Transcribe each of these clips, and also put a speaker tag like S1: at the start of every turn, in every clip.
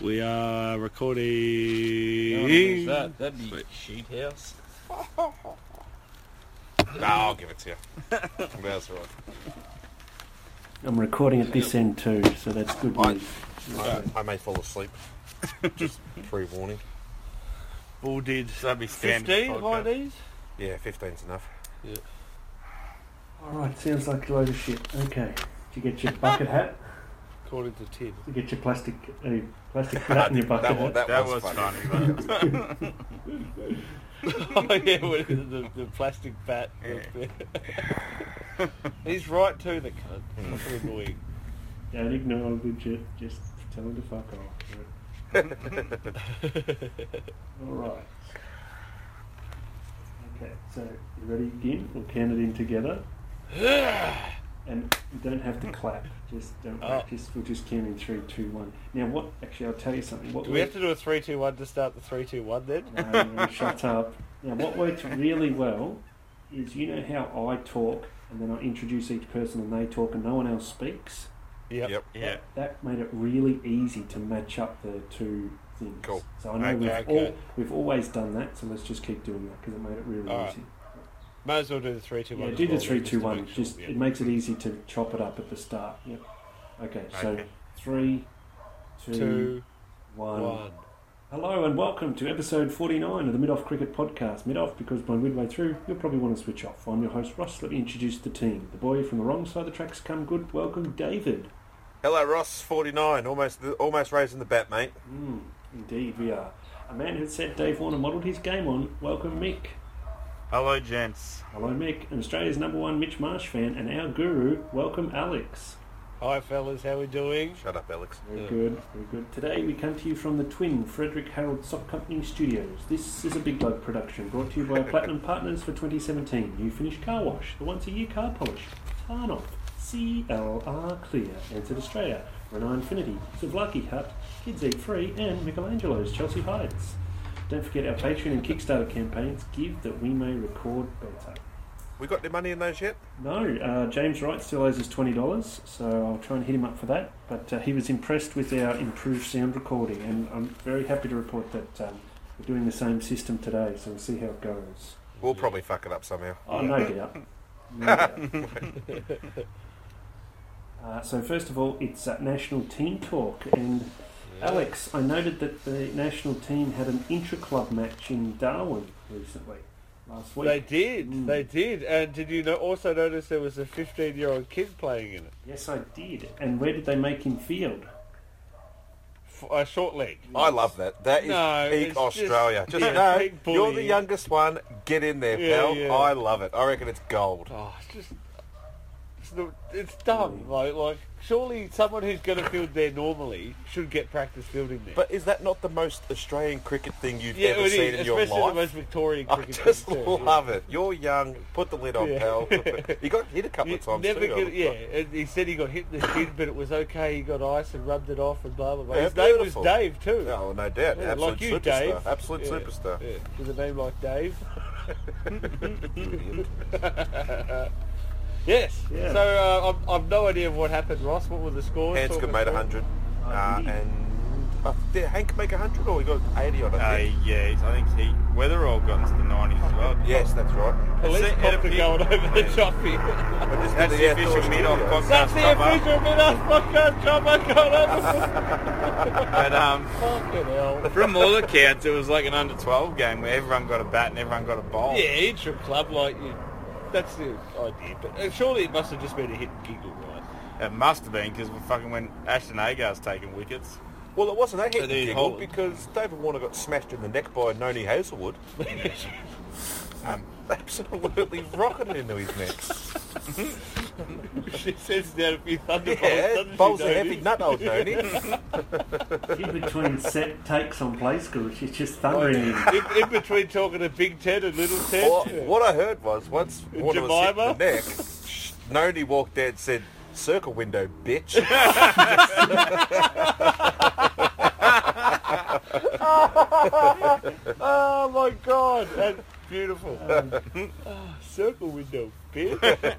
S1: We are
S2: Who's
S1: recording.
S2: that? That'd be
S1: Wait.
S2: Sheep House.
S3: No, I'll give it to you. That's all right.
S4: I'm recording at this end too, so that's good
S3: Right.
S4: news.
S3: I, I may fall asleep. Just pre-warning.
S1: All did.
S3: So that'd be standard.
S2: 15
S3: podcast.
S2: IDs?
S3: Yeah, 15's enough.
S4: All right, sounds like a load of shit. Okay, did you get your bucket hat?
S2: According to Tim.
S4: Did you get your plastic uh, plastic hat in your bucket
S3: That, wa-
S4: hat?
S3: that,
S5: That
S3: was,
S5: was
S3: funny.
S5: funny. but
S2: oh, yeah, with the, the, the plastic bat. He's right to the cunt. Fucking annoying.
S4: Don't ignore the shit. Just tell him to fuck off. right? All right. Okay, so you ready again? We'll count it in together, and you don't have to clap. Just don't
S2: Oh.
S4: practice. We'll just count in three, two, one. Now, what? Actually, I'll tell you something. What
S2: Do we
S4: worked-
S2: have to do a 3 2 1 to start the 3 2 1 then?
S4: No, Um, shut up. Now, what works really well is you know how I talk and then I introduce each person and they talk and no one else speaks?
S2: Yep.
S3: Yep.
S5: yeah,
S4: That made it really easy to match up the two things.
S3: Cool.
S4: So I know we've,
S2: Okay.
S4: all, we've always done that, so let's just keep doing that because it made it really
S2: All right.
S4: easy.
S2: Might as well do the 3 2 1.
S4: Yeah, do the
S2: as well,
S4: three,
S2: just
S4: two,
S2: to
S4: one.
S2: make sure,
S4: Just
S2: yeah.
S4: it makes it easy to chop it up at the start. Yep. Okay, so
S5: Okay.
S4: three, two, one.
S2: Two, one.
S4: Hello and welcome to episode 49 of the Mid Off Cricket Podcast. Mid Off, because by midway through, you'll probably want to switch off. I'm your host, Ross. Let me introduce the team. The boy from the wrong side of the tracks come good. Welcome, David.
S3: Hello, Ross. 49. Almost, almost raising the bat, mate.
S4: Mm, indeed, we are. A man who said Dave Warner modelled his game on. Welcome, Mick.
S5: Hello, gents.
S4: Hello, Mick. And Australia's number one Mitch Marsh fan and our guru. Welcome, Alex.
S2: Hi, fellas. How we doing?
S3: Shut up, Alex.
S4: Very
S2: Yeah.
S4: good, very good. Today we come to you from the twin Frederick Harold Sock Company Studios. This is a Big Bloke production brought to you by Platinum Partners for 2017. New Finish Car Wash, the once a year car polish, Tarnoff, CLR Clear, Answered Australia, Renault Infinity, Zavlaki Hut, Kids Eat Free, and Michelangelo's Chelsea Heights. Don't forget our Patreon and Kickstarter campaigns, give that we may record better.
S3: We got the money in those yet?
S4: No, uh, James Wright still owes us twenty dollars, so I'll try and hit him up for that. But uh, he was impressed with our improved sound recording, and I'm very happy to report that um, we're doing the same system today. So we'll see how it goes.
S3: We'll probably fuck it up somehow.
S4: Oh, no doubt. No doubt. Uh, so first of all, it's uh, national team talk, and Alex, I noted that the national team had an intra-club match in Darwin recently, last week.
S2: They did.
S4: Mm.
S2: They did. And did you no- also notice there was a 15 year old kid playing in it?
S4: Yes, I did. And where did they make him field?
S2: F- A short leg.
S3: I love that. That is
S2: No, it's
S3: peak
S2: just-
S3: Australia. Just,
S2: yeah,
S3: know,
S2: peak
S3: you're the
S2: bullying.
S3: youngest one. Get in there,
S2: Yeah,
S3: pal.
S2: yeah.
S3: I love it. I reckon it's gold.
S2: Oh, it's just. It's, not, it's dumb. Like, like, surely someone who's going to field there normally should get practice fielding there.
S3: But is that not the most Australian cricket thing you've
S2: yeah,
S3: ever
S2: it
S3: seen
S2: is,
S3: in your
S2: especially the
S3: life?
S2: most Victorian
S3: I
S2: cricket.
S3: just
S2: team too, yeah.
S3: love it. You're young. Put the lid on,
S2: Yeah.
S3: pal. You got hit a couple
S2: You
S3: of times
S2: never
S3: too.
S2: get, yeah, and he said he got hit in the shin, but it was okay. He got ice and rubbed it off and blah blah blah.
S3: Yeah,
S2: His name was
S3: beautiful.
S2: Dave too.
S3: Oh, No, no doubt.
S2: Yeah,
S3: Absolute
S2: like you,
S3: superstar.
S2: Dave.
S3: Absolute
S2: Yeah,
S3: superstar.
S2: Yeah, with a name like Dave. Yes.
S4: Yeah.
S2: So uh, I've, I've no idea what happened, Ross. What were the scores?
S3: Hans
S2: Talk
S3: could
S2: us
S3: made
S2: through.
S3: 100.
S4: Oh,
S3: Uh,
S4: did he?
S3: and uh, did Hank make 100 or he got 80 on it?
S5: Uh, yeah, he's- I think he Weatherall got into the 90s as well.
S3: Yes, that's right.
S2: Police
S5: It's a-
S2: copter
S5: it'd be-
S2: going over the choppy.
S3: But just
S5: That's
S3: did
S5: the
S3: outdoor
S5: official mid-off
S3: studio.
S5: podcast
S2: That's the
S5: cover.
S2: official bit of fucking chopper going over.
S5: But um,
S2: Fucking hell.
S5: from all accounts, it was like an under-12 game where everyone got a bat and everyone got a bowl.
S2: Yeah, intra club like you. That's the idea, but uh, surely it must have just been a hit and giggle, right?
S5: It must have been because we fucking when Ashton Agar's taking wickets.
S3: Well, it wasn't a
S5: So
S3: hit
S5: there's
S3: giggle
S5: Holland.
S3: because David Warner got smashed in the neck by Noni Hazelwood.
S2: Hmm.
S3: Um, absolutely rocketed into his neck.
S2: she sends down a few thunderbolts.
S3: Yeah,
S2: doesn't she,
S3: bowls a
S2: Tony?
S3: heavy nut, old Noni.
S4: In between set takes on play school, she's just thundering in.
S3: Oh,
S2: in, in between talking to Big Ted and Little Ted.
S3: Well, what I heard was once Warner was hit
S2: Jemima?
S3: in the neck, Noni walked out and said, "Circle window, bitch."
S2: Oh my god, that's beautiful. Ah, circle window, bitch.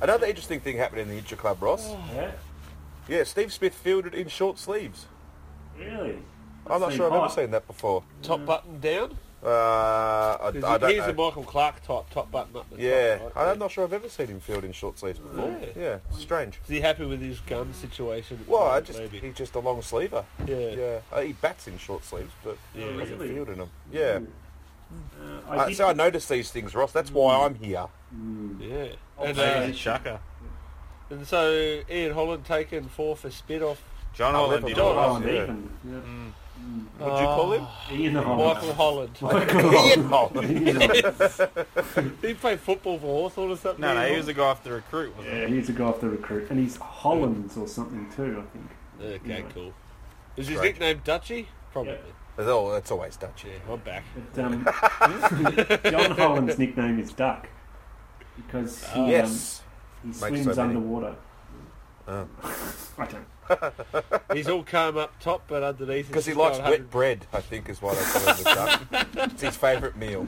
S3: Another interesting thing happened in the intra
S2: Oh.
S3: club, Ross.
S4: Yeah,
S3: Yeah, Steve Smith fielded in short sleeves.
S4: really?
S3: I'm not
S4: Seen
S3: sure I've ever
S4: height.
S3: seen that before.
S2: Top button down.
S3: Uh, I,
S2: He's
S3: I don't
S2: he's
S3: know.
S2: a Michael Clark type. Top button up. The
S3: yeah,
S2: Top, right?
S3: I'm not sure I've ever seen him field in short sleeves before.
S2: Oh, Yeah.
S3: Yeah, strange.
S2: Is he happy with his gun situation? at the
S3: Well, I
S2: moment,
S3: just
S2: maybe?
S3: he's just a long sleever.
S2: Yeah.
S3: yeah. Uh, he bats in short sleeves, but
S2: Yeah. Mm.
S3: he doesn't
S4: Really?
S3: field in them. Yeah.
S4: Uh, I
S3: Uh,
S4: did-
S3: so I noticed these things, Ross. That's why I'm here.
S2: yeah. And,
S5: Maybe
S2: uh,
S5: he's a Shaka.
S2: and so Ian Holland taken four for spit off.
S5: John Holland, you
S3: John
S5: know
S4: Oh,
S3: Holland.
S5: what?
S4: and
S3: Yeah.
S4: even. Yeah.
S3: Would you call him?
S2: Ah.
S3: Oh,
S4: Ian
S2: Michael Holland.
S3: Ian Holland.
S4: Holland.
S2: he played football for Hawthorn or something.
S5: No, no, he was the guy off the recruit, wasn't
S4: yeah, he's a guy off the recruit. And he's Hollands or something too, I think.
S2: Okay,
S4: Yeah.
S2: cool. Is his
S3: Great.
S2: nickname Dutchy? Probably.
S3: That's all- that's always Dutch.
S2: Yeah, I'm back.
S4: But, um, John Holland's nickname is Duck because he, um,
S3: Ah, Yes.
S4: he
S3: so
S4: swims
S3: many. Ah.
S4: underwater. I don't.
S2: He's all calm up top, but underneath
S3: Because
S2: he's
S3: he
S2: just
S3: likes
S2: going
S3: wet bread, I think, is why they call him the duck. it's his favourite meal.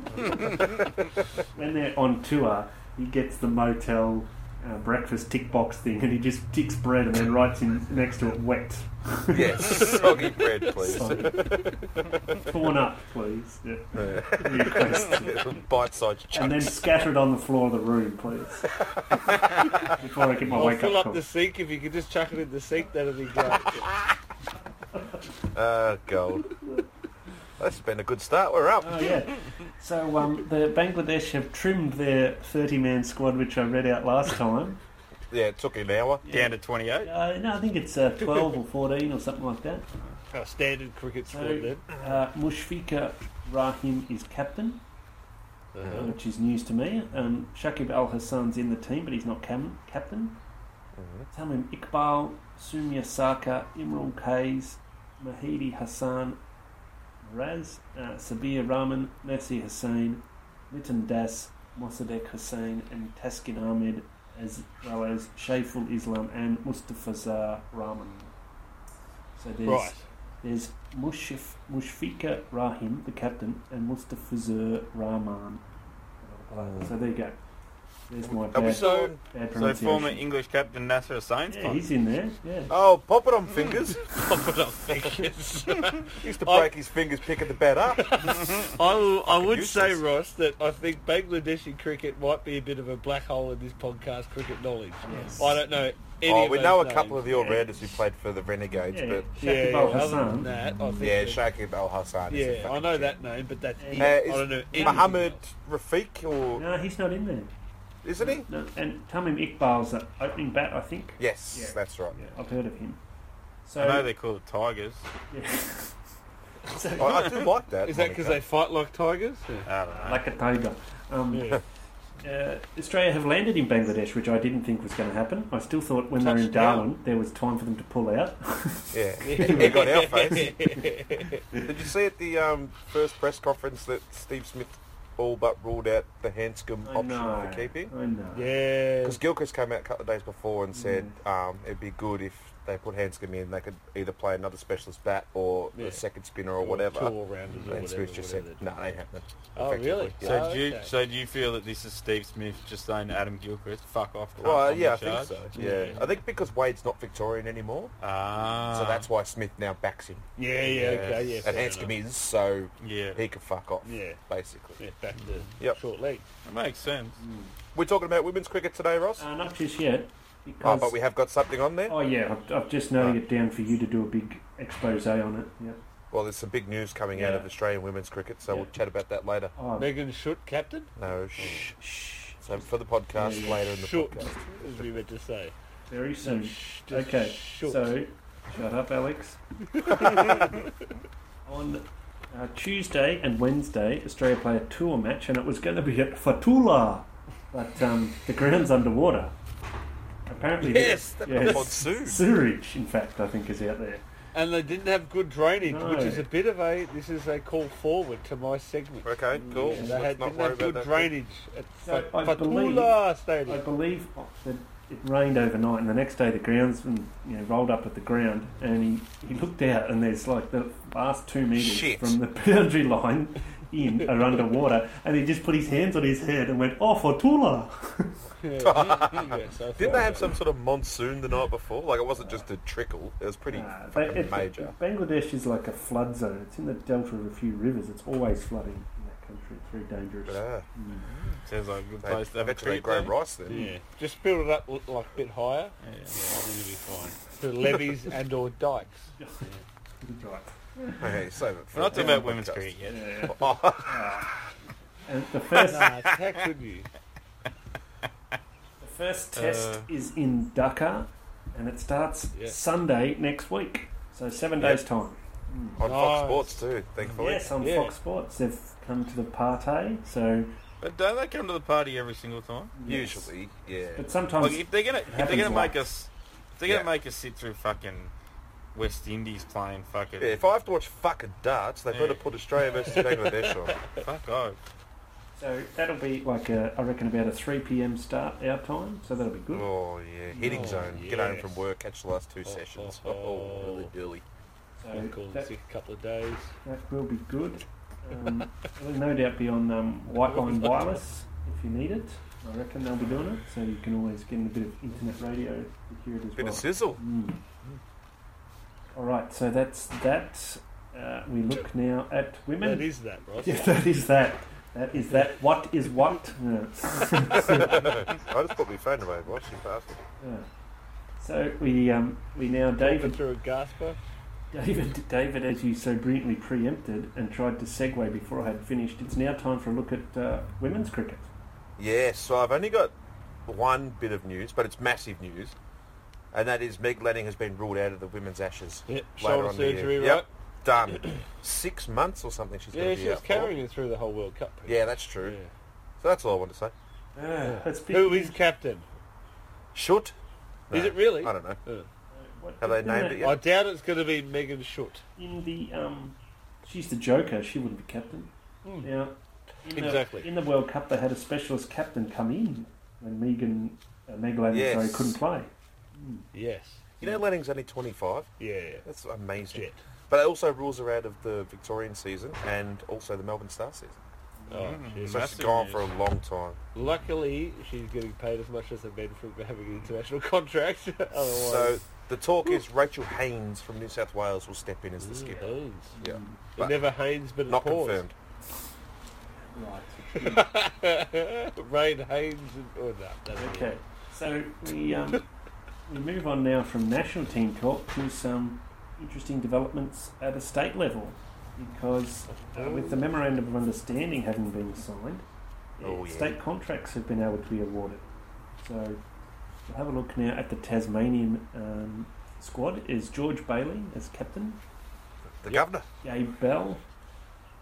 S4: When they're on tour, he gets the motel uh, breakfast tick box thing and he just ticks bread and then writes in next to it wet.
S3: Yes, soggy bread, please.
S4: So, Fawn up, please. Yeah. Request.
S3: Bite-sized
S4: And then
S3: chunks.
S4: scatter it on the floor of the room, please. Before I get my
S2: I'll
S4: wake
S2: fill
S4: up
S2: up
S4: call.
S2: the sink if you could just chuck it in the sink. That'd be great.
S3: Ah, gold. That's been a good start. We're up.
S4: Oh yeah. So um, the Bangladesh have trimmed their 30-man squad, which I read out last time.
S3: Yeah, it took an hour.
S5: he? Down to 28.
S4: Uh, no, I think it's uh, 12 or 14 or something like that.
S2: Our standard cricket squad
S4: So
S2: then.
S4: uh, Mushfika Rahim is captain, uh,
S2: Uh-huh.
S4: which is news to me. Um, Shakib Al Hassan's in the team, but he's not cam- captain.
S2: Uh-huh.
S4: Tamim Iqbal, Sumya Saka, Imran Kays, Mahidi Hassan, Raz, uh, Sabir Rahman, Nasir Hussain, Nitin Das, Mossadegh Hussain, and Taskin Ahmed, as well as Shaiful Islam and Mustafa Zah Rahman. So there's
S2: Right.
S4: there's Mushif, Mushfika Rahim, the captain, and Mustafizur Rahman. So there you go. There's my
S3: Are we
S4: bad,
S3: so?
S4: bad
S5: So
S4: pronunciation.
S5: former English captain Nasser Hussein's
S4: yeah,
S5: fine.
S4: he's in there. Yeah.
S3: Oh, pop it on fingers.
S2: Pop it up, fingers.
S3: He used to
S2: I-
S3: break his fingers picking the bat up.
S2: I, will- I would
S3: useless.
S2: say, Ross, that I think Bangladeshi cricket might be a bit of a black hole in this podcast cricket knowledge.
S4: Yes.
S2: I don't know any
S3: Oh,
S2: of
S3: we
S2: those
S3: know a
S2: names.
S3: couple of the all-rounders who played for the Renegades,
S4: Yeah,
S3: but
S2: Yeah,
S4: Shakib
S2: yeah,
S4: Al
S2: other than
S4: Hassan.
S2: that, I think.
S3: yeah,
S2: that-
S3: Shakib Al Hassan. is a
S2: yeah, I
S3: fucking
S2: know
S3: gem.
S2: that name, but that's it.
S4: Uh,
S2: I
S3: is
S2: don't know. anything
S3: Muhammad
S2: else.
S3: Rafiq, or
S4: No, he's not in there.
S3: isn't he?
S4: No, and Tamim Iqbal's the opening bat, I think.
S3: Yes,
S4: Yeah.
S3: that's right.
S4: Yeah, I've heard of him. So,
S5: I know they're called the Tigers.
S4: yeah,
S3: I, I do like that.
S2: Is that because they
S3: moniker.
S2: fight like tigers?
S5: I don't know.
S4: like a tiger. Um,
S2: Yeah.
S4: uh, Australia have landed in Bangladesh, which I didn't think was going to happen. I still thought when they were in
S2: Touchdown.
S4: Darwin, there was time for them to pull out.
S3: Yeah, he got our face. Did you see at the um, first press conference that Steve Smith all but ruled out the Hanscom
S4: I
S3: option
S4: know.
S3: for keeping?
S4: I know.
S2: yeah.
S3: Because Gilchrist came out a couple of days before and said
S2: Mm.
S3: um, it'd be good if they put Hanscom in, they could either play another specialist bat or
S2: Yeah.
S3: a second spinner or whatever.
S2: Two all-rounders or
S3: and
S2: whatever.
S3: Smith just said,
S2: whatever
S3: no, they haven't.
S2: Oh, really?
S3: effectively.
S5: So
S2: Yeah.
S5: do you
S2: Okay.
S5: so do you feel that this is Steve Smith just saying Adam Gilchrist? Fuck off. cunt,
S3: Well,
S5: I'm
S3: yeah, I
S5: in
S3: think
S5: charge."
S3: so. Yeah.
S2: Yeah.
S3: I think because Wade's not Victorian anymore,
S5: Ah,
S3: so that's why Smith now backs him.
S2: Yeah, yeah, okay, yeah.
S3: and
S2: fair
S3: Hanscom
S2: enough.
S3: is, so
S5: yeah.
S3: he can fuck off,
S2: Yeah.
S3: basically.
S2: Yeah, back to
S3: Yep.
S2: short leg.
S5: That makes sense.
S3: We're talking about women's cricket today, Ross.
S4: Uh, not just yet.
S3: Oh,
S4: Because,
S3: but we have got something on there.
S4: Oh, yeah, I've, I've just noted it down for you to do a big expose on it. Yeah.
S3: Well, there's some big news coming out
S4: Yeah.
S3: of Australian women's cricket, so
S4: Yeah.
S3: we'll chat about that later.
S4: Oh,
S2: Megan Schutt, captain?
S3: No, shh.
S4: shh.
S3: So for the podcast
S4: Yeah, yeah.
S3: later in the
S2: Schutt,
S3: podcast.
S2: as we meant to say.
S4: Very soon.
S2: Shh, just
S4: Um, Okay,
S2: Schutt.
S4: so shut up, Alex. On uh, Tuesday and Wednesday, Australia play a tour match, and it was going to be at Fatula, but um, the ground's underwater. Apparently, the-
S2: Yes, that
S4: yes.
S3: monsoon.
S4: Sewerage, in fact, I think is out there.
S2: and they didn't have good drainage,
S4: No.
S2: which is a bit of a this is a call forward to my segment.
S3: Okay, cool.
S2: They
S3: Let's
S2: had,
S3: not
S2: didn't
S3: worry
S2: have
S3: about
S2: good
S3: that.
S2: drainage at
S4: So,
S2: Fa-
S4: I believe-
S2: Fatula
S4: I
S2: Stadium.
S4: believe that it rained overnight, and the next day the groundsman you know, rolled up at the ground, and he, he looked out, and there's like the last two metres
S3: Shit.
S4: from the boundary line in or underwater, and he just put his hands on his head and went, "Oh, Fortuna!"
S3: Didn't they have some sort of monsoon the night before? Like it wasn't just a trickle. It was pretty
S4: Nah, they-
S3: fucking
S4: Uh, it-
S3: major.
S4: Bangladesh is like a flood zone. It's in the delta of a few rivers. It's always flooding in that country. It's very dangerous.
S3: Yeah.
S5: Sounds like a good
S3: They,
S5: place to have a
S3: eventually they
S5: treat.
S3: grow
S5: though.
S3: rice then.
S1: Yeah.
S2: Just build it up l- like a bit higher
S1: Yeah, yeah, it'll be fine.
S2: to levees and or dikes.
S4: That's right.
S3: Hey, save it. For
S5: We're not
S3: a
S5: talking about
S3: podcast.
S5: women's cricket yet.
S4: Yeah.
S3: Oh,
S4: And the first,
S2: Nah, how could you?
S4: the first test
S5: Uh,
S4: is in Dhaka, and it starts
S2: Yeah.
S4: Sunday next week. So seven days time.
S3: on
S2: Nice.
S3: Fox Sports too, thankfully.
S4: Yes, on
S2: Yeah.
S4: Fox Sports, they've come to the party. So
S5: But don't they come to the party every single time?
S4: yes.
S3: Usually, yeah.
S4: but sometimes
S5: Like if they're gonna if they're
S4: Um, happens
S5: gonna
S4: once.
S5: make us if they're gonna
S3: Yeah.
S5: make us sit through fucking West Indies playing fucking
S3: Yeah, if I have to watch fucking darts, they better put Australia versus Bangladesh on.
S5: fuck off.
S4: so that'll be like a, I reckon about a three p.m. start our time. So that'll be good.
S3: Oh yeah, hitting
S2: Oh,
S3: zone. Get home from
S2: yes.
S3: work, catch the last two sessions.
S2: oh,
S3: Oh,
S2: oh.
S3: really early.
S4: so
S2: Cool,
S4: that,
S2: sick couple of days.
S4: that will be good. Um, it'll no doubt be on um, Whiteline Wireless if you need it. I reckon they'll be doing it. So you can always get in a bit of internet radio to hear it as
S3: Bit
S4: well.
S3: of sizzle.
S4: Mm. All right, so that's that. Uh, we look now at women.
S2: That is that, right?
S4: Yeah, that is that. That is that. What is what? Yeah.
S3: I just put my phone away watching basketball.
S4: Yeah. So we um, we now
S2: Even
S4: David
S2: through a gasper.
S4: David David as you so brilliantly preempted and tried to segue before I had finished. It's now time for a look at uh, women's cricket.
S3: Yes, so I've only got one bit of news, but it's massive news, and that is Meg Lanning has been ruled out of the women's Ashes.
S2: Yep,
S3: later
S2: shoulder
S3: on in the year.
S2: surgery, right?
S3: Yep, done. Six months or something. She's going
S2: yeah,
S3: to be
S2: she was
S3: out for.
S2: carrying it through the whole World Cup.
S3: Yeah, that's true.
S2: Yeah.
S3: So that's all I want to say.
S4: That's big.
S2: Ah. Who is captain?
S3: Should?
S2: Is it really?
S3: I don't know.
S2: Uh,
S4: What-
S3: Have they named it yet?
S2: I doubt it's going to be Megan Schutt.
S4: In the um, she's the Joker. She wouldn't be captain. Now, in
S2: Exactly.
S4: The, in the World Cup, they had a specialist captain come in when Megan uh, Meg Lanning,
S3: Yes.
S4: sorry, couldn't play.
S2: Yes.
S3: You know, Lanning's only 25.
S2: Yeah.
S3: That's amazing.
S2: Jet.
S3: But it also rules her out of the Victorian season and also the Melbourne Star season.
S2: Oh,
S5: Mm.
S2: shit.
S3: So she's
S5: Massive
S3: gone
S5: news.
S3: for a long time.
S2: Luckily, she's getting paid as much as the men for having an international contract. Otherwise,
S3: So the talk is Rachel Haynes from New South Wales will step in as the skipper.
S2: Haynes.
S3: Yeah.
S2: It
S3: But
S2: never Haynes, but it
S3: Not
S2: pours.
S3: confirmed.
S4: Right.
S2: Rain Haynes. And, oh, no, that's it.
S4: Okay. So we um, we move on now from national team talk to some interesting developments at a state level, because uh, with the memorandum of understanding having been signed, uh,
S3: Oh, yeah.
S4: state contracts have been able to be awarded. So we'll have a look now at the Tasmanian um, squad. Is George Bailey as captain?
S3: The
S2: Yep.
S3: governor.
S4: Gabe Bell,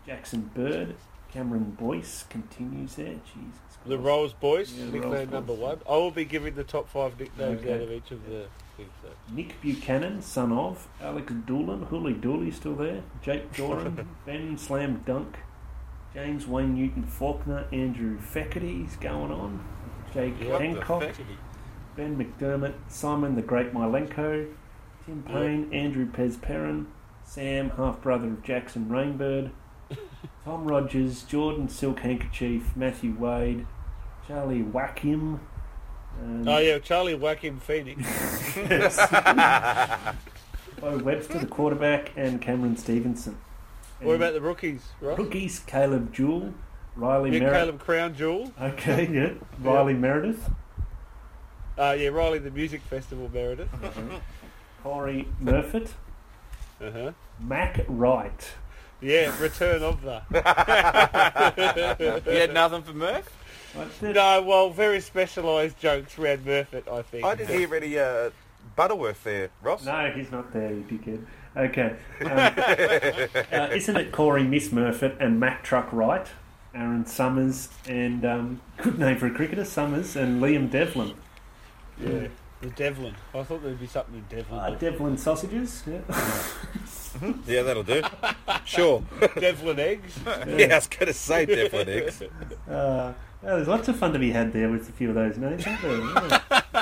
S4: Jackson Bird, Cameron Boyce continues there. Jesus.
S2: The
S4: Christ.
S2: Rolls Boys,
S4: Yeah,
S2: nickname
S4: Rolls
S2: number
S4: Boys.
S2: one. I will be giving the top five nicknames
S4: Okay.
S2: out of each of the things. So.
S4: Nick Buchanan, son of Alex Doolan, Hooley Dooley still there, Jake Doran, Ben Slam Dunk, James Wayne Newton Faulkner, Andrew Faculty's going on, Jake
S2: Yeah, what the
S4: Hancock, Ben McDermott, Simon the Great Mylenko, Tim
S2: Yeah.
S4: Payne, Andrew Pez Perrin, Sam, half brother of Jackson Rainbird, Tom Rogers, Jordan Silk Handkerchief, Matthew Wade, Charlie Wackham. um,
S2: Oh yeah, Charlie Whacking Phoenix.
S4: Bo Webster, the quarterback, and Cameron Stevenson. And
S2: what about the rookies, right?
S4: rookies? Caleb Jewell, Riley
S2: Yeah,
S4: Meredith.
S2: Caleb Crown Jewel.
S4: Okay, yeah. Riley Meredith,
S2: Uh, yeah, Riley the Music Festival Meredith.
S4: Corey Murfitt,
S2: Uh-huh.
S4: Mac Wright.
S2: Yeah, Return of the.
S5: You had nothing for Murph?
S4: That's it.
S2: No, well, very specialised jokes around Murphy, I think.
S3: I didn't hear any uh, Butterworth there, Ross.
S4: No, he's not there, you dickhead. Okay. Um, uh, isn't it Corey Miss Murfitt and Mac Truck Wright, Aaron Summers, and um, good name for a cricketer, Summers, and Liam Devlin.
S2: Yeah. The Devlin. I thought there'd be something in
S4: Uh,
S2: Devlin.
S4: Devlin sausages, yeah.
S3: Yeah, that'll do. sure.
S2: Devlin eggs.
S3: yeah, I was going to say Devlin X.
S4: Uh, well, there's lots of fun to be had there with a few of those names, aren't there? Yeah.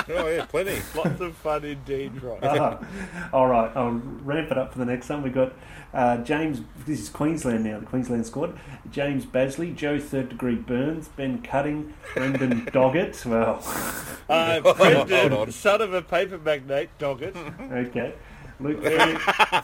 S3: Oh yeah, plenty.
S2: Lots of fun indeed, right?
S4: Ah, all right, I'll ramp it up for the next one. We've got uh, James, this is Queensland now, the Queensland squad. James Basley, Joe Third Degree Burns, Ben Cutting, Brendan Doggett. Well,
S2: Uh,
S3: Hold on.
S2: Brendan, son of a paper magnate, Doggett.
S4: okay. Luke, Fer-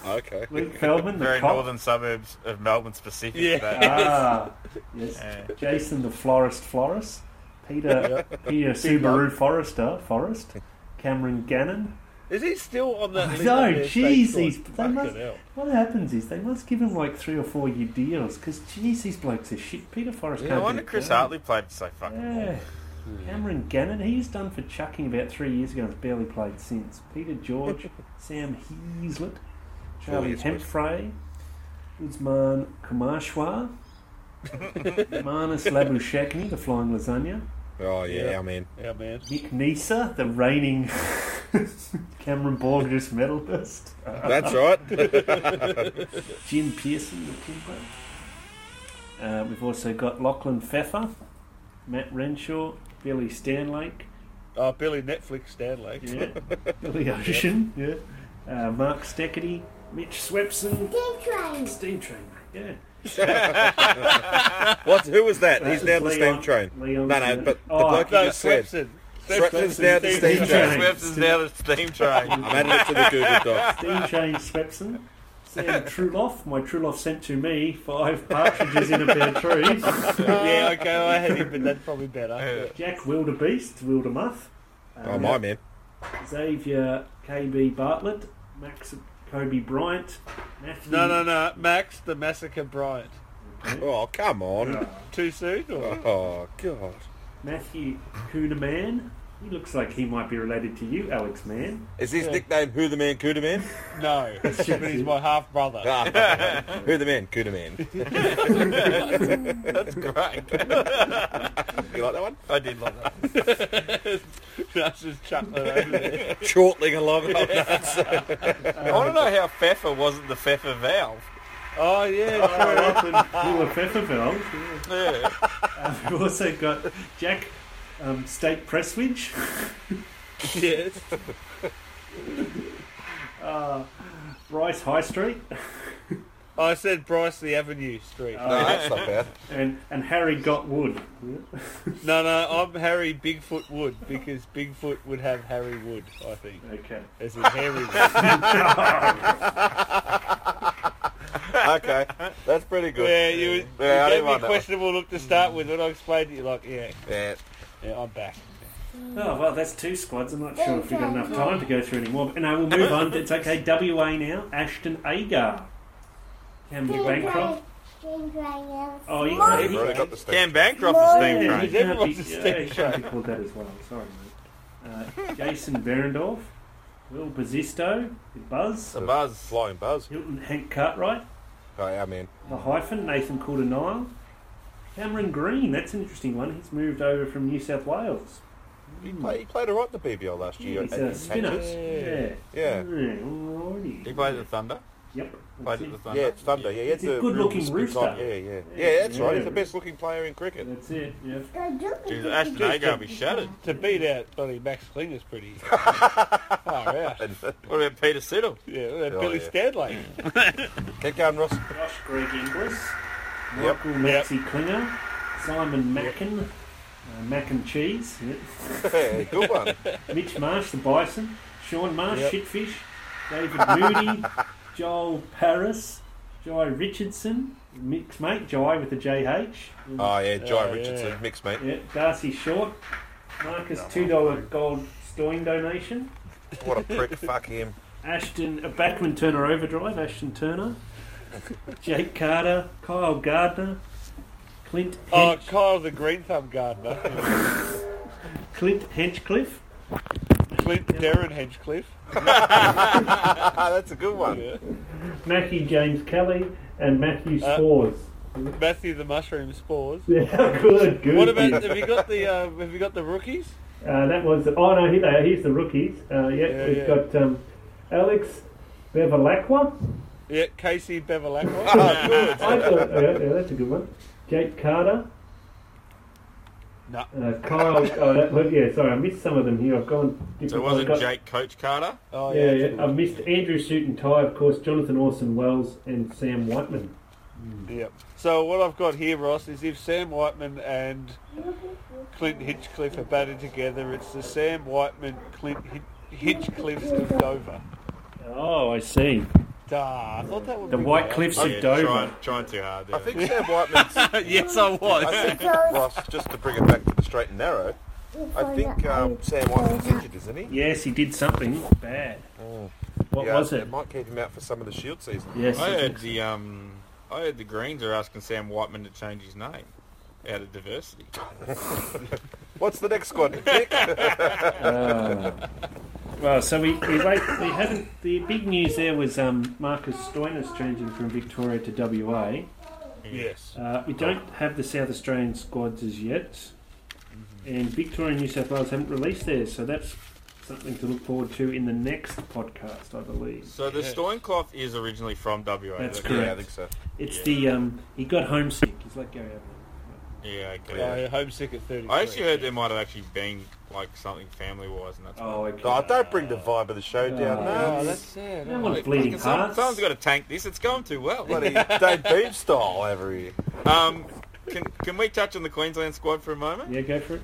S3: Oh, Okay.
S4: Luke Feldman, the
S5: Very
S4: cop.
S5: northern suburbs of Melbourne specific.
S2: Yeah.
S5: But
S4: Ah, yes.
S5: Yeah.
S4: Jason the Florist Florist, Peter, Peter Subaru Forrester Forrest, Cameron Gannon,
S2: Is he still on that list?
S4: No,
S2: up there,
S4: jeez,
S2: stage
S4: he's-
S2: one?
S4: they
S2: Fucking
S4: must-
S2: hell.
S4: What happens is they must give him like three or four year deals because geez, these blokes are shit. Peter Forrest.
S5: yeah, I
S4: can't
S5: wonder
S4: do it.
S5: Chris Hartley played so fucking well.
S4: Yeah. Cameron Gannon, he's done for chucking about three years ago and has barely played since. Peter George, Sam Heaslett, Charlie
S3: Heaslett.
S4: Hemphrey, Usman Kamashwa, Manus Labushagni, the Flying Lasagna,
S3: Oh yeah,
S2: Yeah.
S3: I mean,
S2: Yeah, man.
S4: Nick Nisa, the reigning Cameron Borges medalist.
S3: that's right.
S4: Jim Pearson, the timber. Uh, we've also got Lachlan Pfeffer, Matt Renshaw, Billy Stanlake,
S2: Oh, Billy Netflix Stanley.
S4: yeah, Billy Ocean, yeah, uh, Mark Steckety, Mitch Swepson,
S6: Game train.
S4: Steam Train, yeah.
S3: What? Who was that? He's down the steam
S4: Leon-
S3: train.
S4: Leon
S3: No, no,
S4: Smith.
S3: but the
S4: Oh,
S3: bloke you
S2: No,
S3: just said.
S2: Swepson.
S3: Swepson's now the steam train.
S5: Swift is now the steam train.
S3: I'm adding it to the Google Doc.
S4: Steam Train Swepson, Sam Truloff, my Truloff sent to me five partridges in a pear tree,
S2: yeah, okay, I had him, but that's probably better.
S4: Jack Wildebeest, Wildermuth. Uh,
S3: Oh my man.
S4: Xavier KB Bartlett, Max Kobe Bryant, Matthew.
S2: No, no, no. Max, the Massacre Bryant.
S3: Oh come on.
S2: Too soon? Or?
S3: Oh god.
S4: Matthew Kuhneman. He looks like he might be related to you, Alex Mann.
S3: Is his nickname Who the Man Cooter Man?
S2: No. But he's my half brother.
S3: Ah, Who the Man Cooter Man?
S5: That's great.
S3: You like that one?
S5: I did love that.
S2: That's just chuckling over there.
S3: Chortling along.
S5: I want to know how Pfeffer wasn't the Pfeffer valve.
S2: Oh, yeah, true.
S4: Full of Pfefferveld.
S5: Yeah.
S4: We've also got Jack um, State Presswidge.
S2: yes.
S4: Uh, Bryce High Street
S2: I said Bryce the Avenue Street.
S3: No, that's not bad.
S4: and, and Harry Got Wood.
S2: No, no, I'm Harry Bigfoot Wood because Bigfoot would have Harry Wood, I think.
S4: Okay.
S2: As in Harry Wood.
S3: Okay, that's pretty good.
S2: yeah, you, you
S3: Yeah, I
S2: gave me
S3: didn't
S2: a
S3: mind that one.
S2: questionable look to start with when I explained it. You're like, yeah,
S3: Yeah.
S2: yeah, I'm back.
S4: Oh, well, that's two squads. I'm not sure if we've got enough time to go through any more. But no, we'll move on. It's okay. WA now. Ashton Agar. Campbell
S6: Game
S4: Bancroft.
S6: train. Game train.
S4: Oh, you
S6: Mine.
S3: You've already got the steam.
S5: Cam Bancroft the steam
S4: Yeah,
S5: train.
S4: he can't be,
S2: Everyone's a
S4: yeah,
S2: steam
S4: he can't be called that as well. Sorry, mate. Uh, Jason Berendorf, Will Bazisto, Buzz,
S5: The buzz.
S3: Flying buzz.
S4: Hilton Hank Cartwright,
S3: Oh, yeah, man.
S4: The Hyphen, Nathan Coulter-Nile, Cameron Green. That's an interesting one. He's moved over from New South Wales.
S3: He played, he played alright in the BBL last year.
S4: He's
S3: at
S4: a
S3: Hackett.
S4: spinner. Yeah.
S3: Yeah.
S4: Alrighty.
S5: He played the Thunder.
S4: Yep.
S5: Played
S4: That's
S5: at the
S4: it.
S5: Thunder.
S3: Yeah, it's Thunder. Yeah, it's
S4: He's a
S3: a
S4: good-looking
S3: real
S4: rooster.
S3: spin-off. Yeah, yeah, yeah. That's right. He's the
S4: Yeah.
S3: best-looking player in cricket.
S4: That's it. Yeah.
S5: Jeez, Ashton Agar will be shattered.
S2: To beat out bloody Max Klinger's pretty far out.
S5: What about Peter Siddle?
S2: Yeah, well, that
S3: Oh,
S2: Billy
S3: yeah.
S2: Stanley.
S3: Keep going, Ross.
S4: Josh Greg Inglis,
S3: Yep.
S4: Michael Maxi Klinger, Simon Mackin, uh, Mac and Cheese. Yep.
S3: Yeah, good one.
S4: Mitch Marsh, the Bison, Sean Marsh,
S2: Yep.
S4: Shitfish, David Moody, Joel Paris, Jai Richardson, Mix Mate, Jai with the JH,
S3: Oh yeah, Jai
S2: Yeah,
S3: Richardson,
S2: yeah.
S3: mixed mate.
S4: yeah, Darcy Short, Marcus $2 gold Stoin donation,
S3: What a prick. Fuck him.
S4: Ashton, a backman Turner Overdrive, Ashton Turner, Jake Carter, Kyle Gardner, Clint
S2: Oh,
S4: Hench,
S2: Kyle the Green Thumb Gardener.
S4: Clint Henchcliffe,
S2: Clint Darren Hedgecliff.
S3: Ah, that's a good one.
S2: Yeah.
S4: Mackie James Kelly, and Matthew
S2: Uh,
S4: Spores.
S2: Matthew the Mushroom Spores.
S4: yeah, good, good.
S2: What about have you got the uh, have you got the rookies?
S4: Uh, that was oh no, here they are. Here's the rookies. Uh, yeah,
S2: Yeah,
S4: we've
S2: yeah.
S4: got um, Alex Bevilacqua.
S2: Yeah, Casey
S3: Oh,
S2: Bevilacqua.
S4: oh, I thought, yeah, yeah, that's a good one. Jake Carter,
S1: No.
S4: Uh, Kyle, oh, that was, yeah, sorry, I missed some of them here. I've gone different.
S5: So it
S4: I've
S5: wasn't
S4: got-
S5: Jake Coach Carter?
S2: Oh
S4: Yeah, yeah, I've missed Andrew Suit and Ty, of course, Jonathan Orson Wells, and Sam Whiteman.
S2: Yep. So what I've got here, Ross, is if Sam Whiteman and Clint Hitchcliffe are batted together, it's the Sam Whiteman Clint Hitch- Hitchcliffs of Dover.
S4: Oh, I see.
S2: Duh, I thought that would
S4: The
S2: be
S4: White
S2: right.
S4: Cliffs
S5: Oh, Yeah,
S4: of Dover.
S5: Trying, trying too hard there.
S3: I think Sam Whiteman's.
S1: yes, I was.
S3: I think Ross, just to bring it back to the straight and narrow. I think
S5: uh,
S3: um, Sam Whiteman's injured, isn't he?
S4: Yes, he did something bad.
S5: Oh.
S4: What
S3: Yeah,
S4: was it?
S3: It might keep him out for some of the Shield season.
S4: Yes.
S5: I
S4: it
S5: heard
S4: was-
S5: the um, I heard the Greens are asking Sam Whiteman to change his name out of diversity.
S3: What's the next squad? Nick?
S4: Ah. Well, so we, we, wait, we haven't. The big news there was um, Marcus Stoinis changing from Victoria to WA.
S1: yes.
S5: Oh,
S4: Uh, we don't have the South Australian squads as yet, and Victoria and New South Wales haven't released theirs, so that's something to look forward to in the next podcast, I believe.
S5: So the Stoincloth is originally from WA.
S4: That's
S5: isn't it?
S4: correct.
S3: Yeah, I think so.
S4: It's the um, he got homesick. He's like Gary Ablett.
S5: Yeah, okay.
S2: Yeah, homesick at 30.
S5: I actually heard there might have actually been like something family wise, and that's.
S4: Oh, okay.
S3: Oh, don't bring the vibe of the show down.
S2: Oh,
S3: No,
S2: that's sad.
S4: No one's
S5: Like,
S4: bleeding
S5: fucking some-
S4: hearts.
S5: someone's got to tank this. It's going too well.
S3: bloody Dave Beam style over here.
S5: Um, can can we touch on the Queensland squad for a moment?
S4: Yeah, go for it.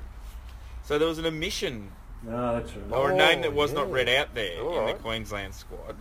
S5: So there was an omission
S4: No, that's all right.
S5: or a
S3: Oh,
S5: name that was not
S3: yeah.
S5: read out there
S3: All
S5: in the
S3: right.
S5: Queensland squad,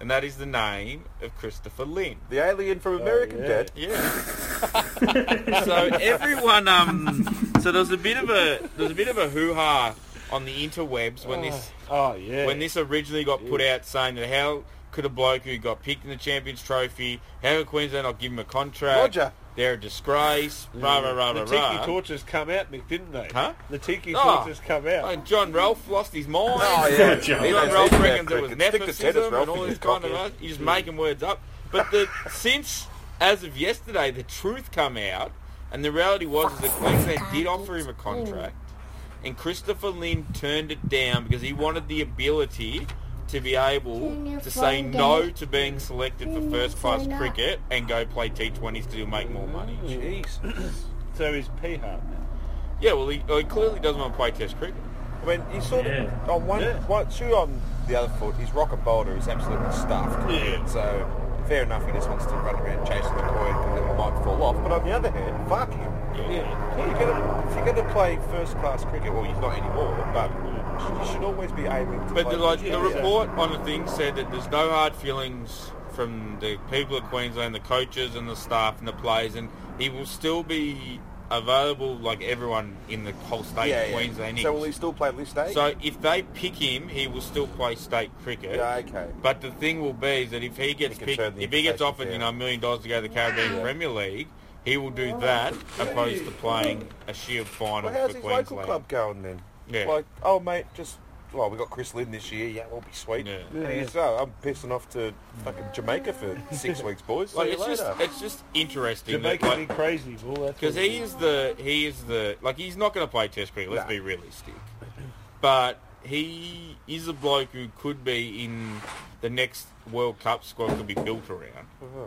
S5: and that is the name of Christopher Lynn.
S3: The alien from American
S2: Oh, yeah.
S3: Dad.
S5: Yeah. so everyone, um, so there was a bit of a there was a bit of a hoo ha on the interwebs when this
S2: Oh, yeah.
S5: when this originally got put out, saying that how could a bloke who got picked in the Champions Trophy, how could Queensland not give him a contract?
S3: Roger.
S5: They're a disgrace. Rah rah rah
S2: the
S5: rah
S2: tiki
S5: rah.
S2: torches come out, Mick, didn't they?
S5: Huh?
S2: The tiki
S5: Oh.
S2: torches come out.
S5: And John Ralph lost his mind.
S3: Oh, yeah.
S4: John
S3: He
S5: Elon
S3: knows
S5: Ralph
S3: he's about
S5: reckons it was
S3: cricket. Stick to tennis,
S5: nepotism
S3: Ralph,
S5: and all
S3: you
S5: this kind
S3: cockhead.
S5: of You're just making words up. But the, since, as of yesterday, the truth come out, and the reality was is that Queensland did offer him a contract, and Christopher Lynn turned it down because he wanted the ability to be able to say no to being selected for first-class cricket and go play T20s to make more money.
S3: Jeez.
S2: So is P Hart now.
S5: Yeah, well, he, well, he clearly doesn't want to play Test cricket.
S3: I mean, he's sort
S4: Yeah.
S3: of on one,
S2: Yeah.
S3: one shoe on the other foot. His rock and boulder is absolutely stuffed.
S2: Yeah.
S3: So fair enough, he just wants to run around chasing the coin and then it might fall off. But on the other hand, fuck him.
S5: Yeah.
S3: Well, you're gonna, if you're going to play first class cricket, well, he's not anymore, but you should always be aiming to
S5: But
S3: play
S5: the, like,
S3: Yeah.
S5: the report on the thing said that there's no hard feelings from the people of Queensland, the coaches and the staff and the players, and he will still be available like everyone in the whole state
S3: Yeah,
S5: of
S3: yeah.
S5: Queensland.
S3: So
S5: is.
S3: will he still play list A?
S5: So if they pick him, he will still play state cricket.
S3: yeah, okay.
S5: But the thing will be is that if he gets
S3: He can
S5: picked,
S3: turn the
S5: if he gets offered, you
S3: implications
S5: know, a
S3: down.
S5: million dollars to go to the Caribbean Premier League, he will do that opposed to playing a Shield final
S3: Well, how's
S5: for
S3: his
S5: Queensland.
S3: local club going then?
S5: Yeah.
S3: Like, oh mate, just well, we got Chris Lynn this year. Yeah, we'll be sweet.
S5: Yeah.
S3: And he's, oh, I'm pissing off to fucking Jamaica for six weeks, boys. See
S5: Like,
S3: you
S5: it's just
S3: later.
S5: it's just interesting. that,
S2: Jamaica
S5: like,
S2: be crazy, bull. That's
S5: Because
S2: what
S5: he is the he is the like he's not going to play Test cricket. Let's
S3: Nah.
S5: be realistic. But he is a bloke who could be in the next World Cup squad could be built around,
S3: Uh-huh.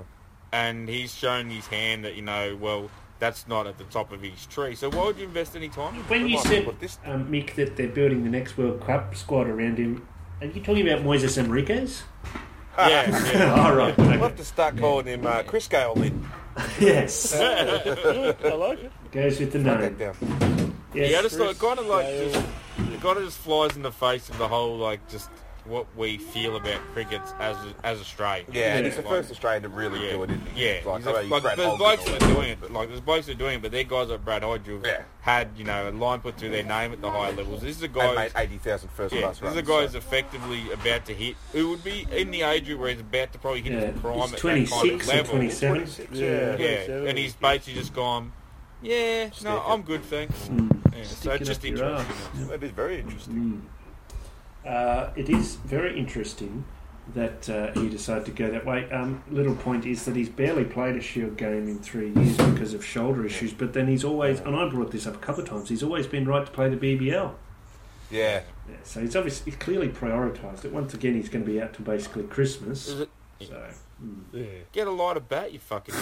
S5: and he's shown his hand that you know well that's not at the top of his tree. So why would you invest any time?
S4: When you
S3: Come on,
S4: said,
S3: put this-
S4: um, Mick, that they're building the next World Cup squad around him, are you talking about Moises Enriquez?
S5: yeah, yeah.
S4: All right.
S3: We'll have to start calling him uh, Chris Gale Lynn.
S4: Yes.
S2: I like it.
S4: Goes with the
S3: Back
S4: name.
S3: down.
S4: Yes,
S5: Yeah, I just
S4: Chris.
S5: thought kind of like just it kind of just flies in the face of the whole like just what we feel about cricket as as Australians.
S3: Yeah, and he's the
S5: Like-
S3: first Australian to really do it, isn't he?
S5: Yeah,
S3: Like,
S5: he's a-
S3: I mean,
S5: like,
S3: Brad
S5: there's
S3: Holden
S5: blokes
S3: and
S5: that
S3: all
S5: are doing it. Like there's blokes that are doing it, but they're guys like Brad Hodge who've
S3: Yeah.
S5: had you know a line put through their name at the higher levels. This is a
S3: And
S5: guy.
S3: made 80,000 first
S5: Yeah,
S3: class
S5: this is a
S3: runs,
S5: guy
S3: so-
S5: who's effectively about to hit. Who would be in the age group where he's about to probably hit
S4: Yeah,
S5: his prime
S4: Uh, he's
S5: at
S4: 26
S5: that
S4: or
S5: kind of level.
S4: 27.
S2: Yeah.
S5: Yeah, and he's basically just gone. Yeah, no,
S3: it.
S5: I'm good, thanks. Yeah, so
S4: Stick it
S5: it's just
S4: up your
S5: interesting.
S3: That is very interesting.
S4: Mm-hmm. Uh, it is very interesting that uh, he decided to go that way. Um, little point is that he's barely played a Shield E game in three years because of shoulder issues, but then he's always, and I brought this up a couple of times, he's always been right to play the BBL.
S3: Yeah.
S4: Yeah, so he's obviously he's clearly prioritised it. Once again, he's going to be out to basically Christmas.
S5: Is it-
S4: So
S2: Yeah.
S5: Get a lighter bat, you fucking.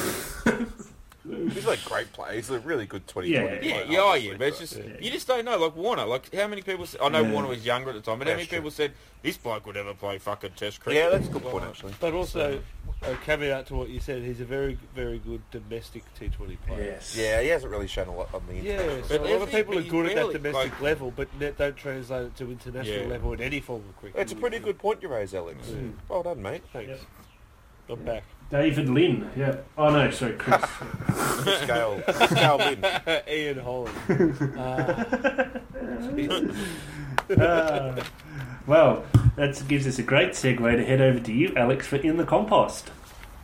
S3: He's a great player. He's a really good 2020
S4: Yeah,
S3: player.
S5: Yeah, yeah, oh, yeah,
S3: obviously,
S5: but it's just you just don't know. Like Warner, like how many people? Said, I know Warner was younger at the time, but how
S3: That's
S5: many
S3: true.
S5: people said this bloke would ever play fucking Test cricket?
S3: Yeah, that's a good point, actually.
S2: But also, a caveat to what you said, he's a very, very good domestic T20 player.
S4: Yes.
S3: Yeah, he hasn't really shown a lot on the
S2: Yeah,
S3: internet.
S2: so a lot of
S5: everything-
S2: people are
S5: but
S2: good at that
S5: barely-
S2: domestic
S5: like-
S2: level, but ne- don't translate it to international
S5: Yeah.
S2: level in any form of cricket.
S3: It's a pretty good point you raise, Alex.
S2: Mm.
S3: Well done, mate.
S2: Thanks.
S4: Yep.
S2: I'm back.
S4: David Lynn. Yeah. Oh no, sorry, Chris.
S3: Scale, scale win.
S2: Ian Holland.
S4: Uh, well, that gives us a great segue to head over to you, Alex, for in the compost.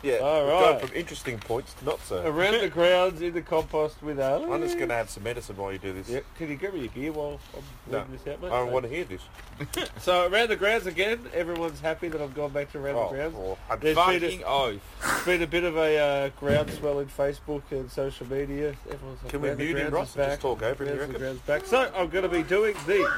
S3: Yeah,
S2: All
S3: we've gone
S2: right.
S3: from interesting points to not so.
S2: Around the grounds in the compost with Alex.
S3: I'm just going to have some medicine while you do this.
S2: Yeah, can you give me a beer while I'm
S3: No,
S2: reading this out,
S3: I
S2: mate?
S3: don't want to hear this.
S2: So around the grounds again. Everyone's happy that I've gone back to around
S3: Oh,
S2: the grounds.
S3: oh, I'm
S2: There's
S3: fucked.
S2: been
S5: Fucking
S2: a,
S5: oath.
S2: it's been a bit of a uh, groundswell in Facebook and social media. Everyone's like,
S3: Can we
S2: "Round the
S3: mute him,
S2: grounds
S3: Ross,
S2: is
S3: and
S2: back.
S3: just talk over him, you
S2: Round the
S3: reckon?"
S2: grounds back. So I'm going to be doing the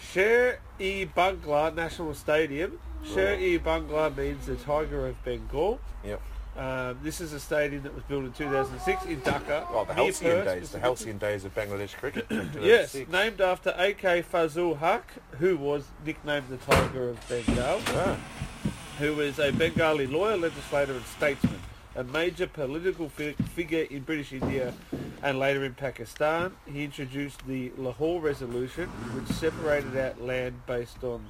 S2: Sher E Bungla National Stadium. Sher E Bungla means the Tiger of Bengal.
S3: Yep.
S2: Um, this is a stadium that was built in 2006 in Dhaka.
S3: Oh, the
S2: near
S3: halcyon
S2: Perth,
S3: days. The halcyon days of Bangladesh cricket. from
S2: Yes,
S3: 2006.
S2: named after A.K. Fazul Haq, who was nicknamed the Tiger of Bengal,
S3: Ah,
S2: who was a Bengali lawyer, legislator and statesman, a major political fi- figure in British India and later in Pakistan. He introduced the Lahore Resolution, which separated out land based on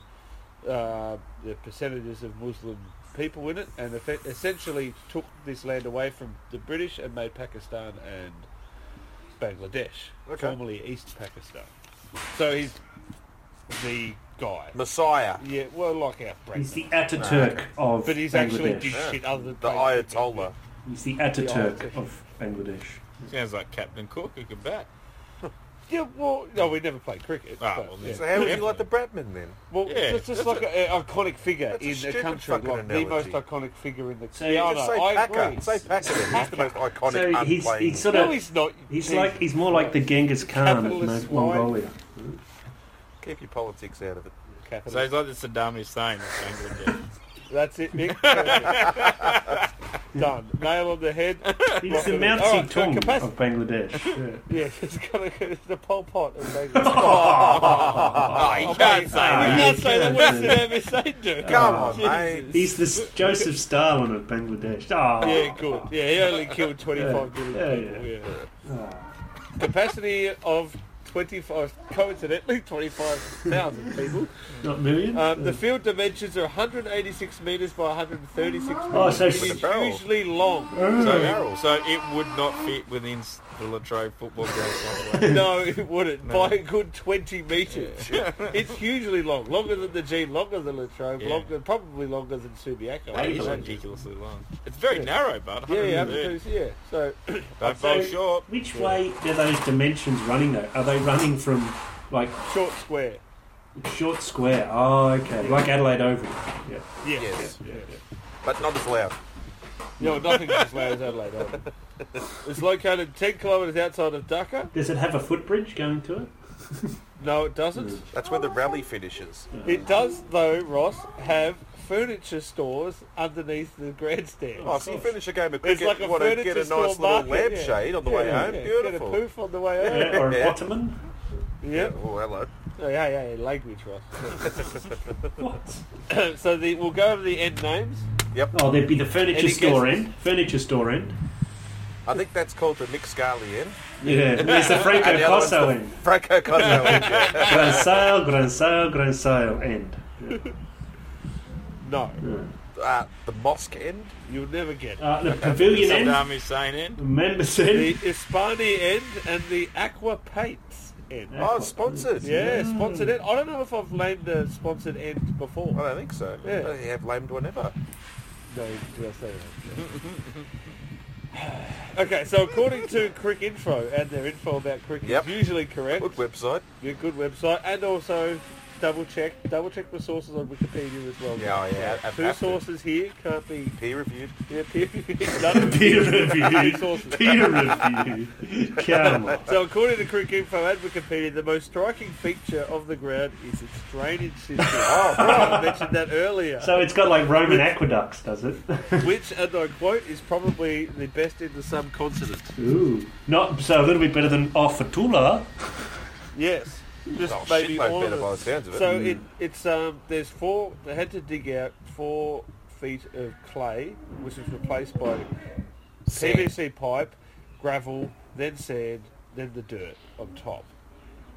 S2: uh, the percentages of Muslim people in it and effe- essentially took this land away from the British and made Pakistan and Bangladesh,
S3: Okay.
S2: formerly East Pakistan. So he's the guy.
S3: Messiah.
S2: Yeah, well, like our
S4: He's the
S2: president.
S4: Ataturk of
S2: But he's
S4: Bangladesh.
S2: actually did shit other than
S3: The
S2: play
S3: Ayatollah.
S4: He's the Ataturk
S2: Ataturk.
S4: of Bangladesh.
S5: Sounds like Captain Cook who can bat.
S2: cricket. Yeah, well, no, we never played cricket.
S5: Ah,
S2: but,
S5: well,
S2: yeah.
S3: So how would you like the Bradman then?
S2: Well,
S5: Yeah,
S2: it's just
S5: that's
S2: like an iconic figure
S3: that's a
S2: in the
S3: stupid
S2: country, like
S3: fucking
S2: the most
S3: analogy.
S2: iconic figure in the.
S4: So
S2: yeah, I
S3: Just
S2: know,
S3: say
S2: Uh, I
S3: Packer.
S2: agree.
S3: Say Packer then. He's the most iconic
S4: So he's,
S3: unplaying.
S4: he's sort
S2: no,
S4: of
S2: he's not.
S4: he's
S2: Jesus.
S4: like he's more like the Genghis Khan of
S2: Capitalist
S4: Mo- Mongolia.
S3: Keep your politics out of it.
S5: So he's
S2: Capitalist.
S5: like the Saddam Hussein of Bangladesh.
S2: That's it, Mick. Done. Nail on the head.
S4: He's the
S2: Alright,
S4: Mao
S2: so
S4: Zedong
S2: capaci-
S4: of Bangladesh.
S2: Yeah, it's got a, it's the Pol Pot. Of Bangladesh.
S5: oh, he can't say
S2: I
S5: that.
S2: can't say that. What's the
S4: Yeah.
S2: name they do?
S3: Come on, mate.
S4: He's the S- Joseph Stalin of Bangladesh. Oh,
S2: Yeah, good. Yeah, he only killed 25
S4: Yeah,
S2: million
S4: yeah,
S2: people. Yeah. Capacity of 25, coincidentally 25,000 people.
S4: not million.
S2: Um, the field dimensions are 186 metres by 136 metres.
S4: Oh, so
S2: it
S4: it's
S2: is
S4: a
S3: barrel.
S2: hugely long.
S5: So, so it would not fit within s- the Latrobe football ground.
S2: No, it wouldn't. By a good 20 metres. it's hugely long. Longer than the G, longer than Latrobe,
S5: Yeah.
S2: longer, probably longer than Subiaco. I
S5: That is
S2: imagine.
S5: ridiculously long. It's very narrow, but
S2: Yeah, yeah,
S5: 130.
S2: absolutely, yeah. So,
S5: Don't
S4: So-
S5: fall short.
S4: Which way are those dimensions running though? Are they running from like
S2: short square.
S4: short square? Oh, okay, like Adelaide Oval. Yeah.
S2: Yes.
S3: Yes.
S2: Yeah, yeah.
S3: But not as loud.
S2: No, nothing as loud as Adelaide. Oval. It's located 10 kilometres outside of Dhaka.
S4: Does it have a footbridge going to it?
S2: No, it doesn't.
S3: That's where the rally finishes.
S2: It does, though, Ross, have furniture stores underneath the grandstand.
S3: Oh, so you finish a game of
S2: There's
S3: cricket,
S2: like
S3: you
S2: a
S3: want to
S2: furniture
S3: get a nice
S2: store
S3: little
S2: market, yeah.
S3: lampshade on the way
S2: Yeah,
S3: home.
S2: yeah,
S3: Beautiful.
S2: Get a poof on the way home.
S4: Yeah, Uh, or an
S3: Yeah.
S4: ottoman?
S2: Yep.
S3: Oh, hello.
S2: Hey, hey, hey, language, Ross.
S4: What?
S2: so the, we'll go over the end names.
S4: Oh, there'd be the furniture
S2: Any
S4: store
S2: guesses?
S4: end. Furniture store end.
S3: I think that's called the Nick Scarley end.
S4: Yeah, there's the Franco
S3: And the other one's
S4: Corso
S3: the
S4: end.
S3: Franco Cosmo end. yeah.
S4: Grand sale, grand sale, grand sale end. Yeah.
S2: No,
S3: Uh, the mosque end.
S2: you'll never get it.
S4: Uh, the pavilion end.
S5: Saddam Hussein in.
S4: The members
S2: The
S4: end.
S2: Ispani end and the Aqua Paints end.
S3: Oh, it's sponsored.
S2: Yeah, sponsored end. I don't know if I've named a sponsored end before.
S3: I don't think so.
S2: Yeah.
S3: They have lamed one ever.
S2: No, did I say that? okay, so according to Crick Info and their info about cricket
S3: Yep.
S2: is usually correct.
S3: Good website.
S2: Your good website and also double check, double check the sources on Wikipedia as well.
S3: Yeah, oh, yeah. ab-
S2: Two
S3: ab-
S2: sources here can't be
S3: Peer reviewed.
S2: yeah, peer none of
S4: Peer
S2: these
S4: review.
S2: sources.
S4: Peer review. Come on.
S2: So according to Crick Info and Wikipedia, the most striking feature of the ground is its drainage system. oh, I mentioned that earlier.
S4: So it's got like Roman aqueducts, does it?
S2: which, and I quote, is probably the best in the subcontinent.
S4: Ooh. Not so a little bit better than Ofatula.
S2: Yes, just
S3: Oh,
S2: maybe
S3: shitload
S2: all of
S3: better
S2: it.
S3: by the sounds of it. Mm.
S2: So it, it's um, there's four. They had to dig out four feet of clay, which was replaced by PVC pipe, gravel, then sand, then the dirt on top.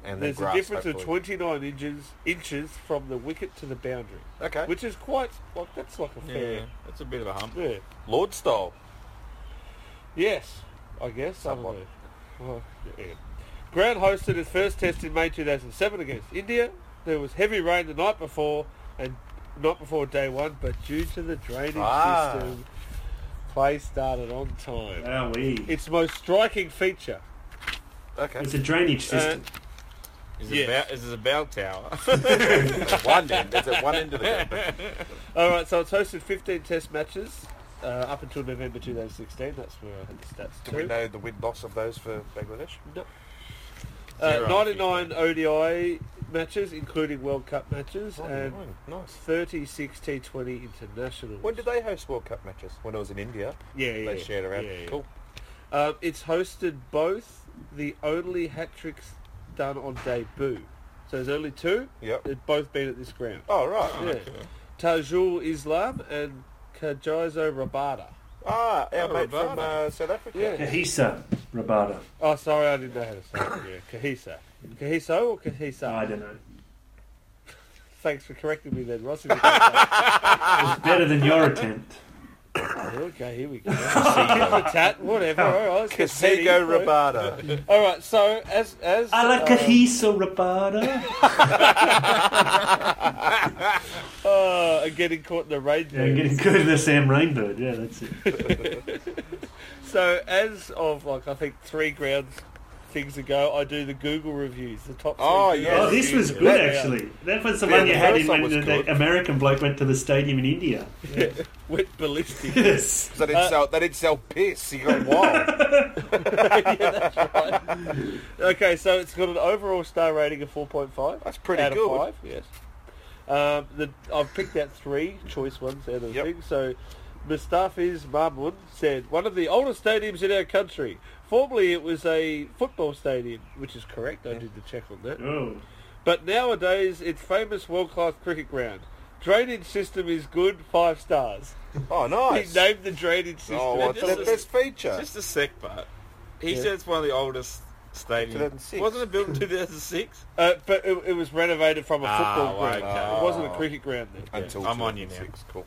S3: And then
S2: There's a
S3: grass,
S2: difference of
S3: hopefully.
S2: 29 inches inches from the wicket to the boundary,
S3: Okay.
S2: which is quite like that's like a
S5: Yeah,
S2: fair.
S5: that's a bit of a hump.
S2: Yeah.
S3: Lord style.
S2: Yes, I guess.
S3: Somewhat.
S2: Somewhat. Well, yeah. Ground hosted its first test in May 2007 against India. There was heavy rain the night before and not before day one, but due to the drainage
S3: Ah.
S2: system, play started on time.
S4: Are we?
S2: Its most striking feature.
S3: Okay.
S4: It's a drainage
S2: Uh,
S4: system.
S5: Is
S2: Yes.
S5: it about, is it a bell tower? Oh,
S3: At one end. It's at one end of the ground.
S2: uh, All right, so it's hosted 15 test matches uh, up until November 2016. That's where I had the stats.
S3: Do we
S2: too.
S3: know the win loss of those for Bangladesh?
S2: Uh,
S5: Zero.
S2: 99 ODI matches, including World Cup matches, and
S3: Oh, nice.
S2: 36 T20 internationals.
S3: When did they host World Cup matches? When it was in India,
S2: Yeah, yeah.
S3: they shared around.
S2: yeah, yeah.
S3: Cool.
S2: Um, it's hosted both the only hat tricks done on debut. So there's only two.
S3: Yep.
S2: They've both been at this ground.
S3: Oh right.
S2: yeah. Tajul Islam and Kajizo Rabada.
S3: Ah, our
S5: Oh,
S3: mate from
S5: Rabada.
S3: uh, South Africa.
S2: Yeah.
S4: Kahisa Rabada.
S2: Oh, sorry, I didn't know how to say it. Yeah, Kahisa. Kahiso or Kahisa?
S4: I don't know.
S2: Thanks for correcting me then, Ross. okay,
S4: It's better than your attempt.
S2: here we go. Give the tat, whatever. All right, let's get
S3: Casigo
S2: petty.
S3: Rabada.
S2: All right, so as as
S4: I like
S2: uh,
S4: Kahisa Rabada.
S2: uh, getting caught in the rain.
S4: Yeah, I'm getting good at the Sam Rainbird. Yeah, that's it.
S2: So as of like I think three grounds things ago, I do the Google reviews, the top. three
S3: Oh,
S2: Google
S3: yeah.
S4: Oh,
S2: reviews.
S4: this was good
S2: Yeah.
S4: actually. That was the
S3: Yeah,
S4: one you
S3: the
S4: had
S3: first
S4: in
S3: one
S4: when
S3: was
S4: the, the
S3: good.
S4: American bloke went to the stadium in India.
S2: went ballistic.
S4: Yes.
S3: so they didn't
S2: Uh,
S3: sell. They didn't sell piss. You got wild.
S2: yeah, that's right. Okay, so it's got an overall star rating of four point five.
S3: That's pretty
S2: out
S3: good.
S2: Of five, yes. Um, the, I've picked out three choice ones out of the
S3: Yep.
S2: thing. So Mustafiz Mahmoud said, one of the oldest stadiums in our country. Formerly it was a football stadium, which is correct. I did the check on that.
S4: Oh,
S2: But nowadays, it's famous world-class cricket ground. Drainage system is good, five stars.
S3: Oh, nice.
S2: He named the drainage system.
S3: oh, well,
S5: This
S3: that's the
S5: is-
S3: best feature.
S5: Just a sec, but he
S2: Yeah.
S5: said it's one of the oldest stadiums.
S3: 2006.
S5: Wasn't it built in 2006?
S2: Uh, but it, it was renovated from a
S3: Ah,
S5: Oh,
S2: football ground.
S5: okay.
S2: It wasn't a cricket ground then.
S3: Until
S5: I'm on you now.
S3: 2006. Cool.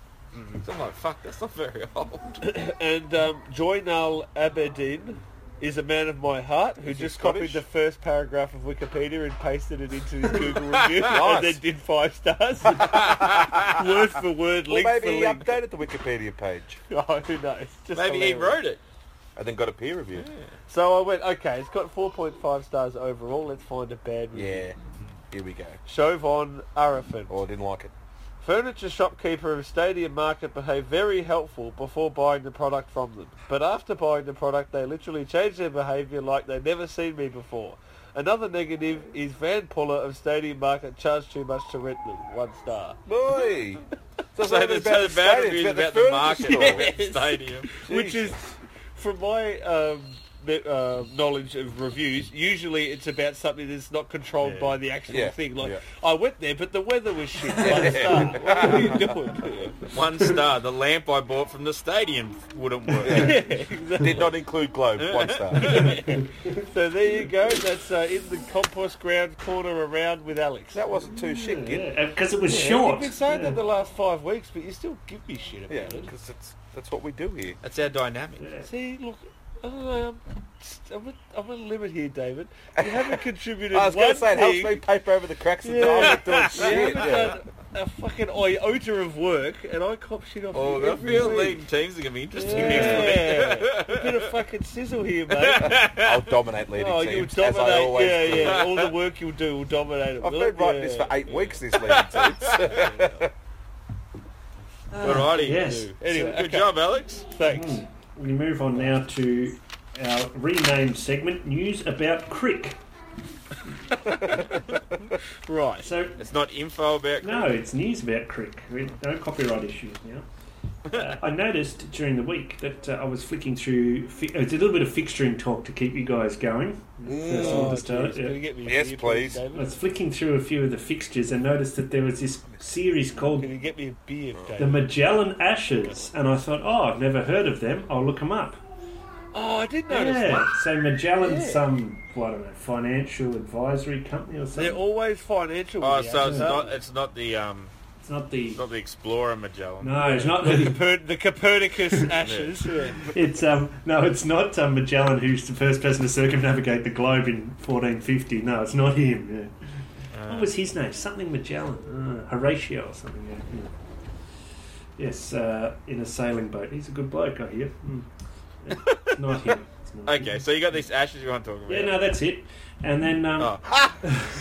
S5: So I'm like, fuck, that's not very old.
S3: Oh.
S2: And um, Joynal Abedin is a man of my heart who
S3: Is he
S2: just copied
S3: Scottish?
S2: the first paragraph of Wikipedia and pasted it into his Google review
S3: Nice.
S2: and then did five stars. word for word,
S3: Or
S2: link
S3: maybe
S2: for
S3: he
S2: link.
S3: updated the Wikipedia page
S2: Oh, who knows? Just
S5: Maybe he
S2: hilarious.
S5: wrote it.
S3: and then got a peer review.
S2: So I went, okay, it's got 4.5 stars overall. Let's find a bad review. Mm-hmm.
S3: Here we go.
S2: Chauvin Arafin.
S3: Oh, I didn't like it.
S2: Furniture shopkeeper of Stadium Market behaved very helpful before buying the product from them. But after buying the product, they literally changed their behaviour like they'd never seen me before. Another negative is Van Puller of Stadium Market charged too much to rent them. One star.
S3: Boy. So,
S5: So the, so the bad review is about the market,
S3: furniture store.
S5: about the stadium.
S2: Which is, from my um, kn- uh, knowledge of reviews, usually it's about something that's not controlled by the actual
S3: Yeah.
S2: thing. Like,
S3: Yeah.
S2: I went there, but the weather was shit. One star. What are you doing?
S5: One star. The lamp I bought from the stadium wouldn't work.
S2: Yeah, exactly.
S3: Did not include Globe. One star.
S2: So there you go. That's uh, in the compost ground corner around with Alex.
S3: That wasn't too shit, kid.
S4: yeah, because it was
S2: You've
S4: short.
S2: been saying
S4: Yeah.
S2: that the last five weeks, but you still give me shit about
S3: Yeah,
S2: it.
S3: because that's what we do here.
S5: That's our dynamic.
S4: Yeah.
S2: See, look, I don't know, I'm, I'm, at, I'm at a limit here, David. You haven't contributed
S3: I was going
S2: one
S3: to say, it
S2: thing.
S3: helps me paper over the cracks of
S2: Yeah.
S3: the I'm doing
S2: You haven't
S3: shit. Yeah.
S2: done a fucking iota of work, and I cop shit off
S5: Oh,
S2: you
S5: the
S2: every
S5: field
S2: week.
S5: league teams are going to be interesting next
S2: Yeah. a bit of fucking sizzle here, mate.
S3: I'll dominate leading
S2: oh, you'll
S3: teams,
S2: dominate.
S3: as I always
S2: yeah,
S3: do.
S2: yeah. All the work you'll do will dominate it.
S3: I've
S2: will
S3: been
S2: it?
S3: writing
S2: yeah.
S3: this for eight weeks, these leading teams.
S5: week. Alrighty.
S4: Yes.
S2: Anyway,
S5: Good
S2: okay,
S5: job, Alex.
S2: Thanks.
S4: Mm. We move on now to our renamed segment, news about crick.
S2: Right.
S4: So
S5: It's not info about
S4: No, it's news about Crick. We- No copyright issues now. Uh, I noticed during the week that uh, I was flicking through. Fi- uh, it's a little bit of fixturing talk to keep you guys going. First one to start,
S2: geez,
S4: yeah.
S2: Oh, can you get me a
S3: Yes,
S2: beer,
S3: please.
S4: I
S2: David?
S4: was flicking through a few of the fixtures and noticed that there was this series called
S2: Can you get me a beer,
S3: Oh.
S4: the
S2: David?
S4: Magellan Ashes, and I thought, oh, I've never heard of them. I'll look them up.
S2: Oh, I did notice that.
S4: Yeah, so Magellan's
S2: Yeah.
S4: some well, I don't know financial advisory company or something.
S2: They're always financial.
S5: Oh,
S2: with the
S5: so
S2: Ashes,
S5: it's not
S2: aren't they?
S5: it's not the um
S4: it's not the
S5: it's not the Explorer Magellan.
S4: no, it's not the
S2: Coper- the Copernicus ashes. yeah.
S4: It's um no, it's not um, Magellan who's the first person to circumnavigate the globe in 1450. No, it's not him.
S2: Uh.
S4: Yeah. what was his name? Something Magellan, uh, Horatio or something. Yeah. yeah. Yes, uh, in a sailing boat. He's a good bloke, I hear. Mm. Yeah, it's not him. It's not
S5: Okay,
S4: him.
S5: so you got these ashes you want to talk about.
S4: Yeah, no, that's it. And then, um,
S5: Oh.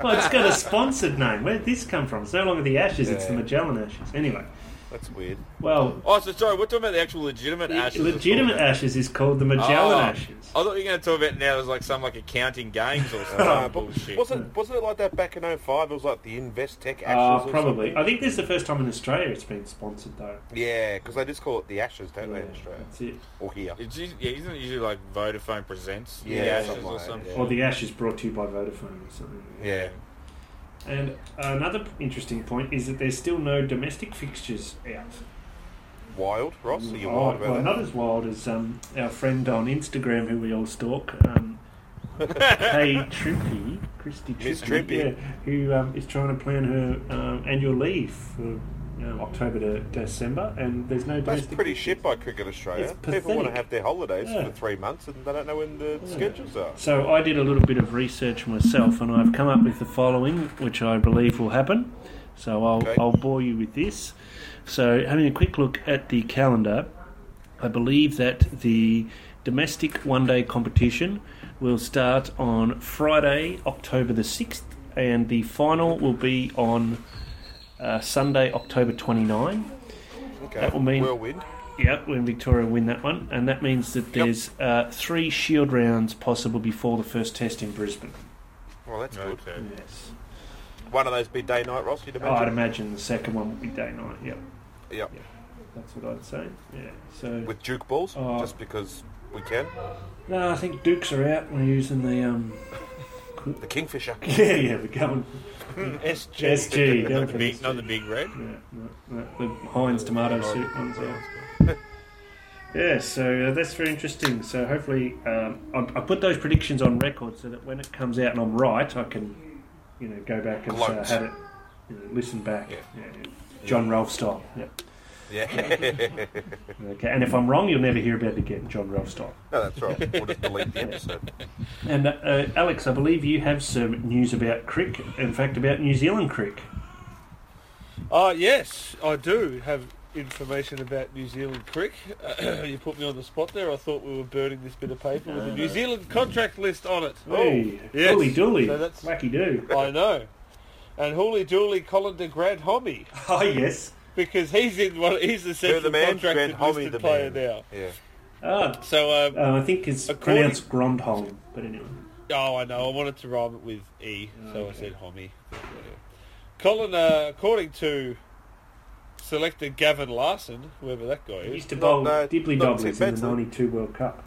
S4: well, it's got a sponsored name. Where did this come from? It's no longer the Ashes; it's the
S3: Yeah.
S4: Magellan Ashes. Anyway,
S3: That's weird.
S4: well,
S5: Oh, so sorry, we're talking about the actual legitimate ashes. of
S4: legitimate
S5: Thornton.
S4: Ashes is called the Magellan
S5: Oh.
S4: Ashes. Uh,
S5: I thought you were going to talk about now as like some like accounting games or
S3: Uh,
S4: Oh,
S5: some
S3: but
S5: bullshit.
S3: wasn't wasn't it like that back in 05? It was like the Investec Ashes.
S4: Uh,
S3: or
S4: probably.
S3: something?
S4: I think this is the first time in Australia it's been sponsored, though.
S3: Yeah, because they just call it the Ashes, don't they, in
S4: Yeah,
S3: Australia?
S4: That's it.
S3: Or here.
S5: It's usually, yeah, isn't it usually like Vodafone presents
S3: Yeah,
S5: the ashes
S3: something
S5: or
S3: like that,
S5: something?
S3: yeah.
S4: Or the Ash is brought to you by Vodafone or something.
S3: Yeah.
S4: And another p- interesting point is that there's still no domestic fixtures out.
S3: Wild, Ross? Are you
S4: Oh,
S3: wild about
S4: well,
S3: that?
S4: not as wild as um, our friend on Instagram who we all stalk, um, Kay Trimpy, Christy Trimpy,
S3: Miss
S4: Yeah,
S3: Trimpy.
S4: who um, is trying to plan her um, annual leave for um, October to December, and there's no
S3: That's
S4: domestic.
S3: pretty
S4: fixtures.
S3: shit by Cricket Australia.
S4: It's
S3: People want to
S4: pathetic.
S3: have their holidays
S4: Yeah.
S3: for three months and they don't know when the schedules are.
S4: So I did a little bit of research myself, and I've come up with the following, which I believe will happen. So I'll,
S3: Okay.
S4: I'll bore you with this. So having a quick look at the calendar, I believe that the domestic one-day competition will start on Friday, October the sixth, and the final will be on uh, Sunday, October 29.
S3: Okay.
S4: That will mean-
S3: Whirlwind.
S4: Yep, when Victoria win that one, and that means that there's uh, three shield rounds possible before the first test in Brisbane.
S3: Well, that's good.
S5: Okay.
S4: Yes.
S3: One of those be day night, Ross, you'd
S4: I'd
S3: imagine?
S4: imagine the second one would be day night. Yep,
S3: yeah.
S4: that's what I'd say. Yeah. So
S3: With Duke balls,
S4: Oh.
S3: just because we can.
S4: no, I think Dukes are out. We're using the um.
S3: The Kingfisher.
S4: Yeah, yeah, we're going
S2: SG.
S4: SG. Going
S5: Not
S4: for
S5: the,
S4: the
S5: big, not the big red.
S4: Yeah, no, no, the Heinz tomato soup ones out. Yeah, so uh, that's very interesting. So hopefully, um, I, I put those predictions on record so that when it comes out and I'm right, I can, you know, go back and uh,
S3: Gloat.
S4: have it, you know, listen back,
S3: Yeah.
S4: Yeah, yeah. John Rolfe style. Yeah.
S3: Yeah.
S4: Okay, and if I'm wrong, you'll never hear about it again, John Rolfe style.
S3: no, that's right. We'll just delete the episode.
S4: And uh, uh, Alex, I believe you have some news about crick. In fact, about New Zealand crick.
S2: Oh, yes, I do have information about New Zealand crick. you put me on the spot there. I thought we were burning this bit of paper with the New Zealand contract list on it.
S4: Hey,
S2: Oh, yes.
S4: Dooly dooly,
S2: So that's-
S4: wacky do.
S2: I know. And Hooly Dooly Colin de Grand Homie
S4: Oh yes.
S2: because he's in one, he's the
S3: Who
S2: central
S3: the man? Grand
S2: contracted
S3: Homie
S2: listed
S3: the
S2: player
S3: man.
S2: now.
S3: Yeah.
S4: Ah,
S2: So um,
S4: Uh, I think it's
S2: According-
S4: pronounced Grondholm, but anyway.
S2: Oh, I know. I wanted to rhyme it with E, so I said homie. Colin, uh, according to selector Gavin Larson, whoever that guy
S4: He
S2: is.
S4: used to
S3: Not-
S4: bowl
S3: no,
S4: dibbly
S3: not
S4: dobblies
S3: too
S4: in
S3: bad,
S4: the
S3: so-
S4: 92 World Cup.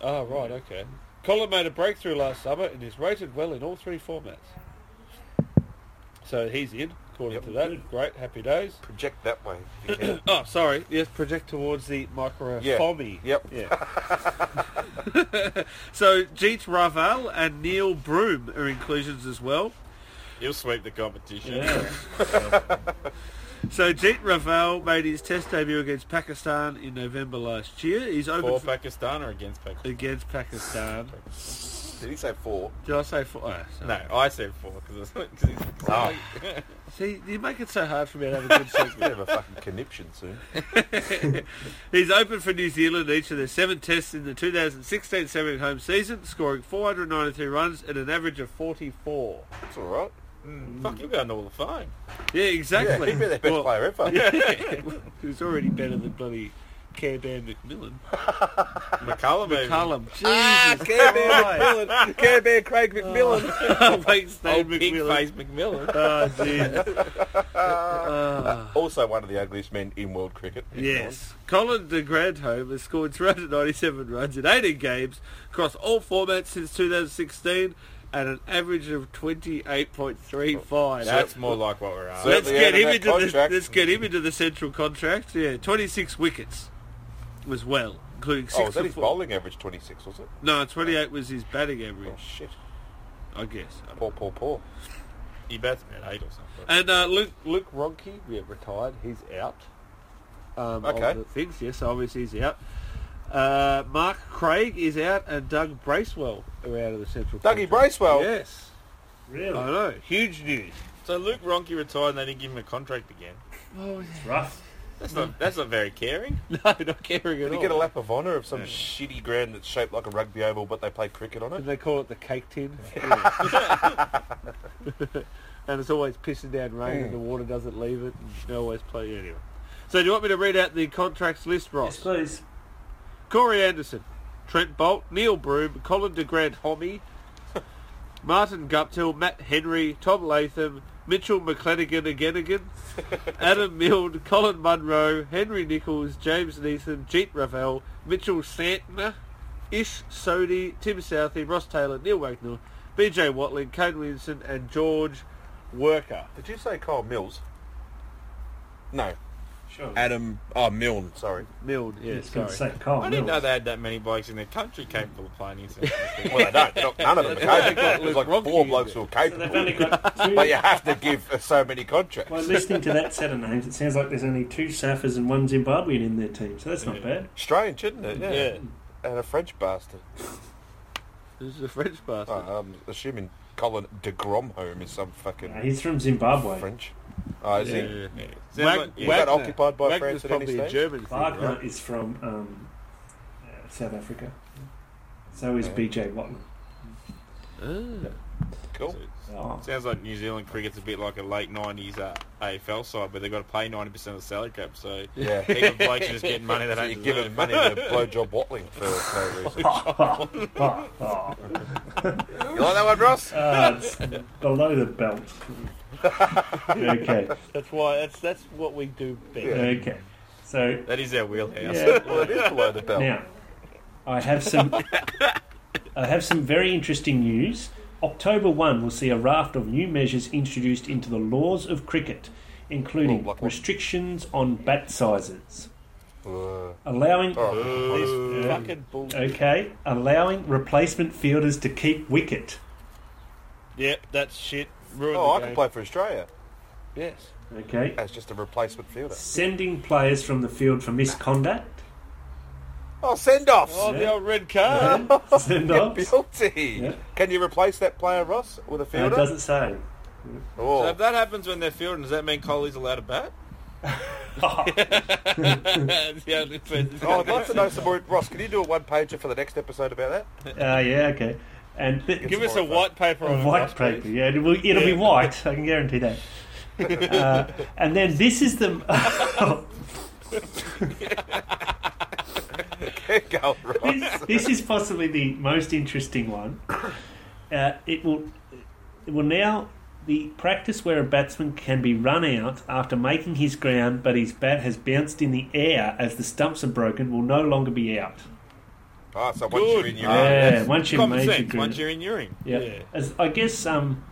S2: Oh, right, okay. Colin made a breakthrough last summer and is rated well in all three formats. So he's in, according
S3: Yep.
S2: to that. Great, happy days.
S3: Project that way. if you can.
S2: Oh, sorry. Yes, project towards the micro
S3: Yeah.
S2: homie.
S3: Yep.
S2: Yeah. so Jeet Raval and Neil Broom are inclusions as well.
S5: You'll sweep the competition.
S4: Yeah.
S2: So Jeet Rafael made his Test debut against Pakistan in November last year. He's open
S5: For
S2: for,
S5: Pakistan or against Pakistan?
S2: against Pakistan.
S3: Did he say four?
S2: Did I say four? Oh, sorry.
S5: No, I said four because it's.
S3: Oh.
S2: See, you make it so hard for me to have a good
S3: We're
S2: segment.
S3: gonna have a fucking conniption soon.
S2: He's opened for New Zealand each of their seven tests in the 2016-17 home season, scoring 493 runs at an average of 44.
S3: It's all right.
S5: Mm, Fuck, you're going to all the phone.
S2: Yeah,
S3: Yeah,
S2: exactly.
S3: he'd be their best
S2: Well,
S3: player ever.
S2: Who's already better than bloody Camban McMillan.
S5: McCullum. even.
S2: Callum. Jesus
S3: Care Bear, Care Bear Craig McMillan.
S2: Christ. Wait, Stan
S5: Old pig
S2: McMillan.
S5: Oh, face McMillan.
S2: Oh, dear. Ah,
S3: Also one of the ugliest men in world cricket.
S2: yes. Colin de Grandhome has scored 297 runs in 18 games across all formats since 2016 at an average of 28.35.
S5: That's more like what we're after.
S3: So-
S2: Let's get him
S3: Certainly
S2: into
S3: out of
S2: the,
S3: that contract.
S2: let's get him into the central contract. Yeah, twenty six wickets was well, including six.
S3: Oh, was that
S2: for
S3: his
S2: four-
S3: bowling average 26, was it?
S2: No, twenty eight was his batting
S3: Oh,
S2: average,
S3: shit.
S2: I guess.
S3: Poor, poor, poor.
S5: He bats about eight or something.
S2: And uh, Luke Luke Ronke, yeah, retired. He's out. Um, of
S3: Okay.
S2: the things, yes, obviously he's out. Uh, Mark Craig is out, and Doug Bracewell are out of the central.
S3: Dougie
S2: contract.
S3: Bracewell.
S2: Yes,
S4: Really?
S2: I know. Huge news.
S5: So Luke Ronke retired and they didn't give him a contract again.
S2: Oh, yeah.
S4: Rough.
S5: That's not that's not very caring.
S2: no, not caring at
S3: Did he
S2: all.
S5: Oh.
S3: get a lap of honour of some shitty ground that's shaped like a rugby oval but they play cricket on it?
S2: And they call it the cake tin. and it's always pissing down rain and the water doesn't leave it. And they always play anyway. So do you want me to read out the contracts list,
S4: Yes,
S2: Ross?
S4: please.
S2: Corey Anderson, Trent Bolt, Neil Broom, Colin de Grant Homme, Martin Guptill, Matt Henry, Tom Latham, Mitchell McClanagan again again, Adam Milne, Colin Munro, Henry Nichols, James Neetham, Jeet Ravel, Mitchell Santner, Ish Sodi, Tim Southey, Ross Taylor, Neil Wagnall, BJ Watling, Kane Williamson and George Worker.
S3: Did you say Kyle Mills? No.
S4: Sure.
S3: Adam, oh, Milne, sorry.
S2: Milne, yeah,
S4: It's going
S2: sorry.
S4: to say Carl
S5: I didn't know
S4: Mills.
S5: they had that many blokes in their country capable of playing in South Africa.
S3: Well, they don't. They're not- None of them are capable. There's like
S2: Rocky
S3: four
S2: in
S3: blokes who are
S4: So they've
S3: capable.
S4: only got two.
S3: But you have to give so many contracts.
S4: By listening to that set of names, it sounds like there's only two Safers and one Zimbabwean in their team, so that's not bad.
S3: Australian, shouldn't it? Yeah.
S5: Yeah.
S3: And a French bastard.
S2: This is a French bastard.
S3: Oh, I'm assuming Colin de Gromholm is some fucking
S4: Uh, he's from Zimbabwe.
S3: French. Oh, is he?
S5: Yeah. Sounds
S2: Wag-
S5: like- yeah.
S3: Wag- that
S2: Wagner-
S3: occupied by
S2: Wagner's
S3: France at any
S2: probably a
S3: stage?
S2: German thing,
S4: Wagner
S2: right?
S4: is from um, uh, South Africa. So is BJ Watton.
S2: Ah.
S3: Cool.
S4: Oh.
S5: Sounds like New Zealand cricket's a bit like a late nineties uh, AFL side, but they've got to pay ninety percent of the salary cap. So
S3: Yeah.
S5: heap of blokes are just getting money they
S3: So
S5: don't
S3: you give
S5: deserve.
S3: him money to blowjob Watling for no reason.
S4: Oh, oh, oh.
S3: You like that one, Ross?
S4: Ah, it's below the belt. okay,
S2: That's why. That's that's what we do best.
S4: okay. So
S5: That is our wheelhouse.
S4: yeah,
S3: Well, it is below the belt.
S4: Now, I have some. I have some very interesting news. October one will see a raft of new measures introduced into the laws of cricket,
S3: Oh,
S4: including
S3: like what?
S4: restrictions on bat sizes,
S3: Uh,
S4: allowing
S3: all right.
S2: This
S4: Yeah.
S2: fucking bull.
S4: okay, allowing replacement fielders to keep wicket.
S2: Yep, that's shit. Ruined
S3: Oh, I
S2: the
S3: can
S2: game.
S3: play for Australia
S2: Yes.
S4: Okay,
S3: as just a replacement fielder.
S4: sending players from the field for misconduct.
S3: Oh, send-offs.
S2: Oh, the
S4: Yeah.
S2: old red card.
S4: and send-offs.
S3: Guilty.
S4: Yeah.
S3: Can you replace that player, Ross, with a
S4: Uh, it
S3: fielder?
S4: doesn't say.
S3: oh,
S5: So if that happens when they're fielding, does that mean Coley's allowed to bat?
S4: Ah,
S5: That's the only person-
S3: Oh, I'd like to know some more. Ross, can you do a one-pager for the next episode about that?
S4: Ah, yeah, okay. And th-
S2: Give us a white paper on it,
S4: white
S2: Ross,
S4: paper.
S2: please.
S4: Yeah, it'll, it'll be white. I can guarantee that. Uh, and then this is the
S3: Go, Ross.
S4: this, this is possibly the most interesting one. Uh, it will it will now the practice where a batsman can be run out after making his ground, but his bat has bounced in the air as the stumps are broken, will no longer be out.
S3: Ah, so once you're in, you're
S4: Yeah,
S3: in.
S4: once you've
S5: Common
S4: made your
S5: sense.
S4: ground.
S5: Once you're in, you're in.
S4: Yeah.
S2: Yeah.
S4: As, I guess, um,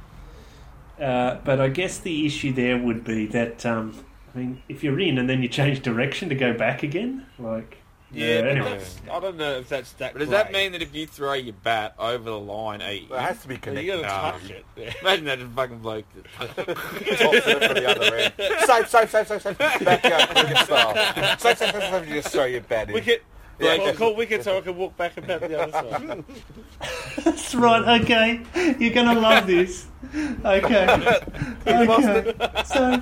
S4: uh, but I guess the issue there would be that, um, I mean, if you're in and then you change direction to go back again, like,
S2: Yeah,
S4: but anyway.
S2: that's- I don't know if that's that.
S5: But does that
S2: great.
S5: mean that if you throw your bat over the line, eight?
S3: Well, it has to be
S2: Well,
S3: connected.
S2: you gotta
S5: Nah.
S2: touch
S3: um,
S2: it?
S5: Imagine that fucking bloke.
S3: Top it for the other end. Safe, safe, safe, safe, safe. Backyard cricket style. Safe, safe, safe, safe. You just throw your bat in.
S2: Wicket.
S3: Yeah,
S2: I'll
S3: that's-
S2: call wicket so I can walk back about the other side.
S4: That's right. Okay, you're gonna love this. Okay. okay. So,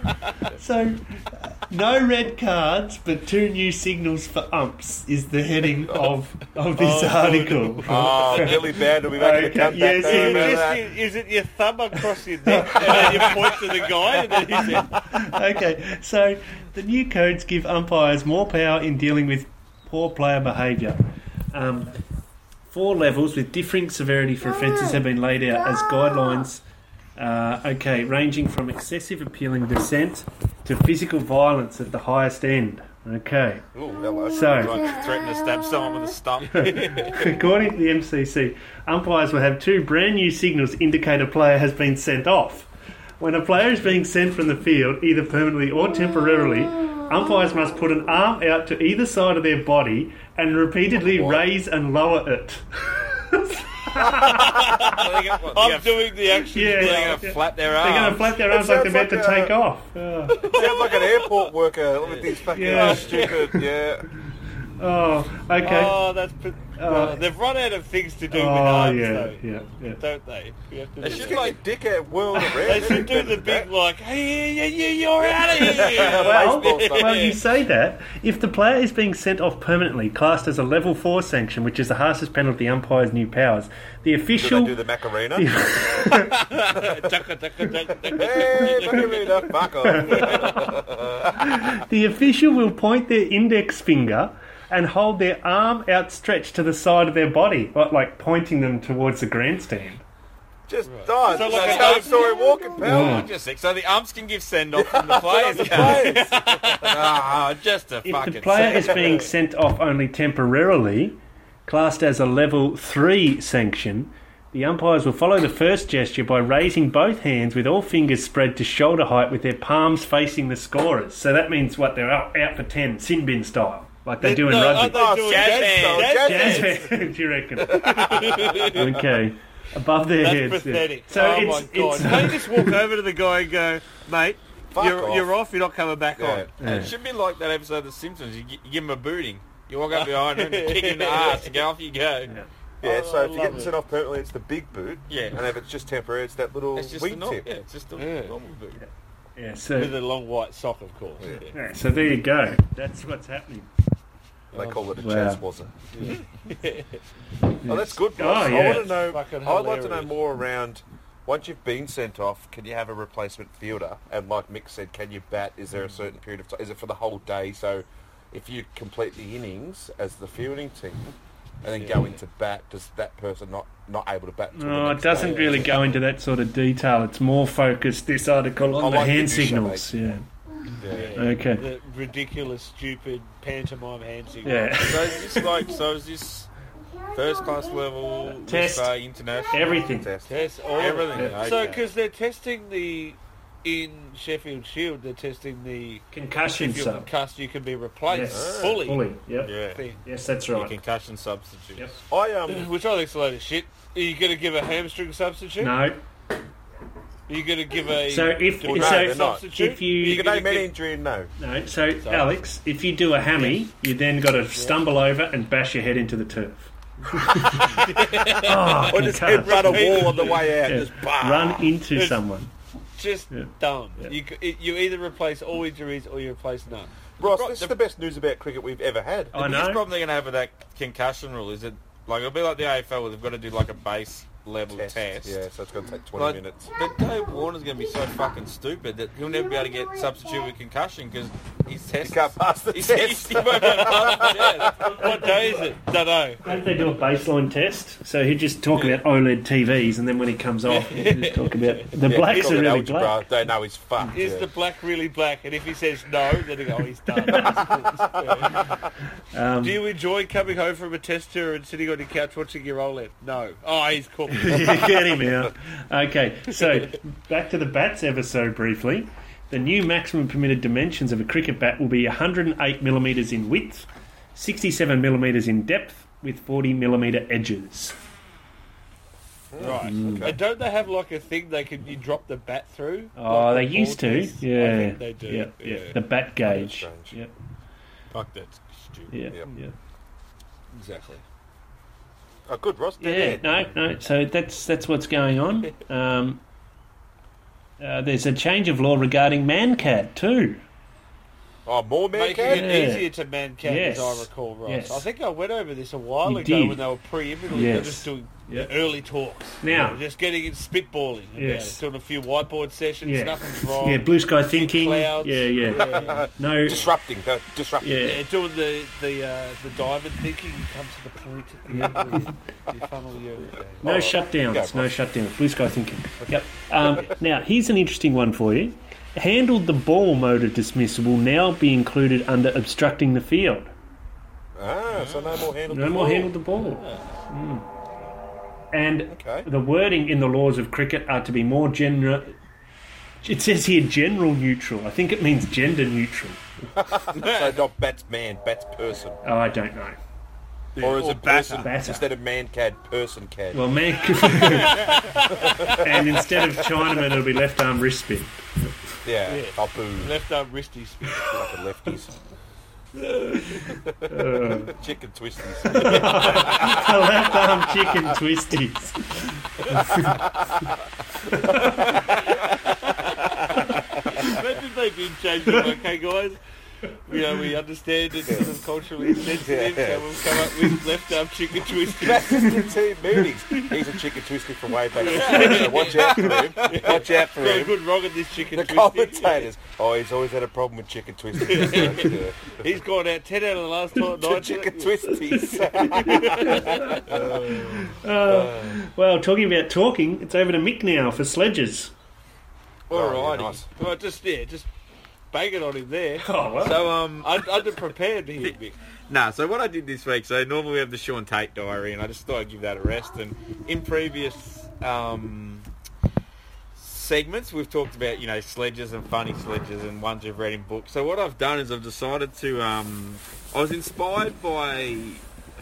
S4: so uh, no red cards, but two new signals for umps is the heading of of this article.
S3: Oh, Billy Band will be making
S4: Okay,
S3: a comeback.
S4: yes,
S3: Don't
S4: he
S3: remember
S4: is.
S3: that.
S2: Is, it- is it your thumb across your neck and then you point to the guy and then he's there?
S4: okay, so the new codes give umpires more power in dealing with poor player behaviour. Um, four levels with differing severity for offences have been laid out as guidelines. Uh, okay, ranging from excessive appealing dissent to physical violence at the highest end. Okay.
S3: Ooh, hello.
S4: So-
S5: Like threaten to stab someone with a stump.
S4: According to the MCC, umpires will have two brand new signals indicate a player has been sent off. When a player is being sent from the field, either permanently or temporarily, umpires must put an arm out to either side of their body and repeatedly raise and lower it.
S5: I'm doing the action.
S4: Yeah.
S5: They're gonna flap their
S4: They're going
S5: arms.
S4: to flap their arms like they're
S3: sounds
S4: about to
S3: like a-
S4: take off. Oh,
S3: Sounds like an airport worker. Look at these fucking
S4: Yeah.
S3: stupid. Yeah.
S4: oh, okay. Oh,
S2: Oh, that's. pre- oh, they've run out of things to do with arms,
S4: yeah,
S2: though,
S4: yeah, yeah.
S2: don't they? We have to
S5: They
S2: do
S5: should
S2: that.
S3: Get your dick out whirled around.
S2: They should do the big like, hey, yeah, yeah, you're out of here.
S4: Well,
S3: Baseball stuff.
S4: well, you say that. If the player is being sent off permanently, classed as a level 4 sanction, which is the harshest penalty of the umpire's new powers, the
S3: Do
S4: official.
S3: they do the Macarena?
S2: Ducka, ducka, ducka, ducka.
S3: hey, Macarena, fuck off.
S4: The official will point their index finger and hold their arm outstretched to the side of their body, like, like pointing them towards the grandstand.
S3: Just die.
S2: So
S3: So
S2: like
S3: like
S2: a-
S3: story walking, pal.
S5: Just sick. So the umps can give send off from Oh. the players.
S3: Players.
S2: Oh,
S5: Ah, just a
S4: If
S5: fucking.
S4: the player is being sent off only temporarily, classed as a level 3 sanction, the umpires will follow the first gesture by raising both hands with all fingers spread to shoulder height with their palms facing the scorers. So that means what? They're out, out for 10, sin bin style, like they do in
S2: No,
S4: rugby.
S2: aren't they doing
S5: jazz
S2: that?
S5: hands.
S2: That's
S3: Jazz
S4: Jazz hands, you reckon? okay. Above their
S2: That's
S4: heads. yeah.
S2: pathetic.
S4: So
S2: oh
S4: it's,
S2: my god!
S4: it's- um,
S2: Don't you just walk over to the guy and go, mate,
S3: Fuck
S2: you're
S3: off.
S2: you're off. You're not coming back
S3: Yeah.
S2: on.
S5: It should be like that episode of The Simpsons. You, gi- you give him a booting. You walk up behind him, kick him in the ass, and go off you go.
S3: Yeah,
S2: Oh, I
S3: so if you're
S2: love
S3: getting
S2: it.
S3: sent off permanently, it's the big boot.
S5: Yeah.
S3: And if it's just temporary, it's that little
S5: It's just a
S3: wing
S5: normal,
S3: tip.
S5: yeah, it's just a
S2: Yeah.
S5: normal boot.
S4: yeah,
S2: With
S4: so,
S2: a long white sock, of course.
S4: yeah, so there you go. That's what's happening.
S3: They call it a
S4: Wow.
S3: chance wasser. Oh, that's good.
S4: Oh,
S3: boss.
S4: yeah.
S3: I want to know.
S2: Fucking
S3: I'd like to know
S2: hilarious.
S3: more around. Once you've been sent off, can you have a replacement fielder? And like Mick said, can you bat? Is
S2: Mm.
S3: there a certain period of time? Is it for the whole day? So, if you complete the innings as the fielding team, and then go into bat, does that person not not able to bat? till the
S4: No, Oh, it
S3: next day?
S4: doesn't really go into that sort of detail. It's more focused, this article, on
S3: I
S4: the
S3: like
S4: hand
S3: the do
S4: signals. Yeah.
S2: Yeah.
S4: Okay.
S2: The ridiculous, stupid pantomime hand signal.
S4: Yeah.
S5: So is this like, so is this first class level,
S4: Test.
S5: this, uh, international?
S4: Everything.
S3: Fantastic.
S2: Test all of
S5: Everything,
S2: it.
S5: okay.
S2: So, because they're testing the in Sheffield Shield, they're testing the
S4: Concussion
S2: if you're
S4: sub.
S2: concussed, you can be replaced
S4: Yes.
S2: fully.
S4: Fully. Yep.
S5: Yeah.
S2: Thing.
S4: Yes, that's
S5: Your
S4: right.
S5: concussion substitute.
S4: Yep.
S3: I um.
S2: Which I think's a load of shit. Are you going to give a hamstring substitute? Are
S4: No.
S2: you going to give a
S4: So if
S3: Well,
S4: so,
S3: no, they're not.
S2: substitute?
S4: if you-
S2: Are
S3: You can
S2: gonna
S3: name any
S2: give-
S3: injury and no.
S4: no, so Alex, if you do a hammy, you then got to stumble over and bash your head into the turf. oh,
S3: Or just head run a wall on the way out.
S4: Yeah.
S3: Just bah.
S4: Run into someone.
S2: just
S4: Yeah.
S2: dumb.
S4: Yeah.
S2: You c- it- you either replace all injuries or you replace none.
S3: Ross, this is the best news about cricket we've ever had.
S4: I
S5: The biggest
S4: know.
S5: problem they're going to have with that concussion rule is that, like, it'll be like the AFL where they've got to do, like, a base level test.
S3: Yeah, so it's going to take 20
S5: Like,
S3: minutes.
S5: but Dave Warner's going to be so fucking stupid that he'll never be able to get substitute with concussion because he's
S3: You
S5: tested.
S3: can't pass the
S5: He's, he's,
S3: test.
S5: he won't be able to pass the test.
S2: What day is it? Don't know.
S4: Don't they do a baseline test? So he'd just talk about E OLED TVs, and then when he comes off, he'd just talk about the
S3: Yeah,
S4: blacks
S3: he's
S4: are
S3: got
S4: really
S3: algebra,
S4: black.
S3: They know he's fucked.
S2: Is
S3: yeah.
S2: the black really black? And if he says no, then he go, oh, he's done.
S4: Um,
S2: Do you enjoy coming home from a test tour and sitting on your couch watching your OLED? No. Oh, he's cooked.
S4: Get him out. Okay, so back to the bats ever so briefly. The new maximum permitted dimensions of a cricket bat will be 108 millimetres in width 67 millimeters in depth with 40 millimeter edges. Mm.
S2: Right. And don't they have like a thing they could you drop the bat through?
S4: Oh,
S2: Like
S4: they
S2: the
S4: used
S2: ball
S4: to.
S2: test?
S4: Yeah.
S2: I think they do.
S4: Yeah, yeah.
S2: yeah.
S4: The bat gauge.
S3: strange.
S4: Yeah,
S5: Fuck, that's stupid.
S4: yeah,
S3: Yep.
S4: yeah.
S2: Exactly.
S3: Oh, good, Ross.
S4: Yeah,
S3: Yeah.
S4: no, no. So that's that's what's going on. Um, uh, there's a change of law regarding mancat too.
S3: Oh, more man
S2: Making
S3: can?
S2: it
S4: Yeah.
S2: easier to man cat,
S4: Yes.
S2: as I recall, Ross.
S4: Yes.
S2: I think I went over this a while
S4: You
S2: ago
S4: did.
S2: when they were pre-imminently. They were
S4: Yes.
S2: just doing
S4: Yep.
S2: the early talks.
S4: Now-
S2: You know, just getting it spitballing. About
S4: Yes.
S2: it. Doing a few whiteboard sessions.
S4: Yeah.
S2: Nothing's wrong.
S4: Yeah, blue sky thinking.
S2: clouds.
S4: Yeah, yeah.
S2: yeah.
S4: No.
S3: Disrupting. Go, disrupting.
S4: Yeah.
S2: Yeah, doing the the uh, the diamond thinking you come to the point at the end where you, you funnel your uh,
S4: No
S3: Oh, go,
S4: shutdowns. No
S3: Bob.
S4: shutdowns. Blue sky thinking. Yep. Um, now here's an interesting one for you. Handled the ball mode of dismissal will now be included under obstructing the field.
S3: Ah, so no more handle.
S4: No more handled the ball. Mm. And
S3: Okay.
S4: the wording in the laws of cricket are to be more general. It says here general neutral. I think it means gender neutral.
S3: So not bats man, bats person.
S4: Oh, I don't know.
S3: or is
S2: or
S3: it person
S4: batter.
S3: instead of man cad, person cad?
S4: Well, man. and instead of Chinaman, it'll be left arm wrist spin.
S3: yeah. Oh, boo.
S2: left arm wristy spin.
S3: Fucking lefties.
S4: Uh.
S3: Chicken twisties.
S4: A left arm chicken twisties.
S2: Imagine they did change it. Okay, guys. You know, we understand it's sort of culturally sensitive,
S3: Yeah.
S2: so we'll come up with left arm chicken twisting.
S3: That's the team meetings. He's a chicken twisty from way back. So watch out for him. Watch out for
S2: Got a
S3: him.
S2: good wrong at this chicken
S3: The
S2: twisting.
S3: commentators. Oh, he's always had a problem with chicken twisties.
S2: He's gone out 10 out of the last time,
S3: The
S2: 9
S3: chicken twisties.
S4: Well, talking about talking, it's over to Mick now for sledges.
S2: Alrighty.
S3: Oh, nice.
S2: Well, just, yeah, just bang it on him there.
S4: Oh, well.
S5: So, um,
S2: Un- underprepared here, Mick.
S5: Nah, so what I did this week, so normally we have the Sean Tate diary, and I just thought I'd give that a rest. And in previous um, segments, we've talked about, you know, sledges and funny sledges and ones you've read in books. So what I've done is I've decided to, um, I was inspired by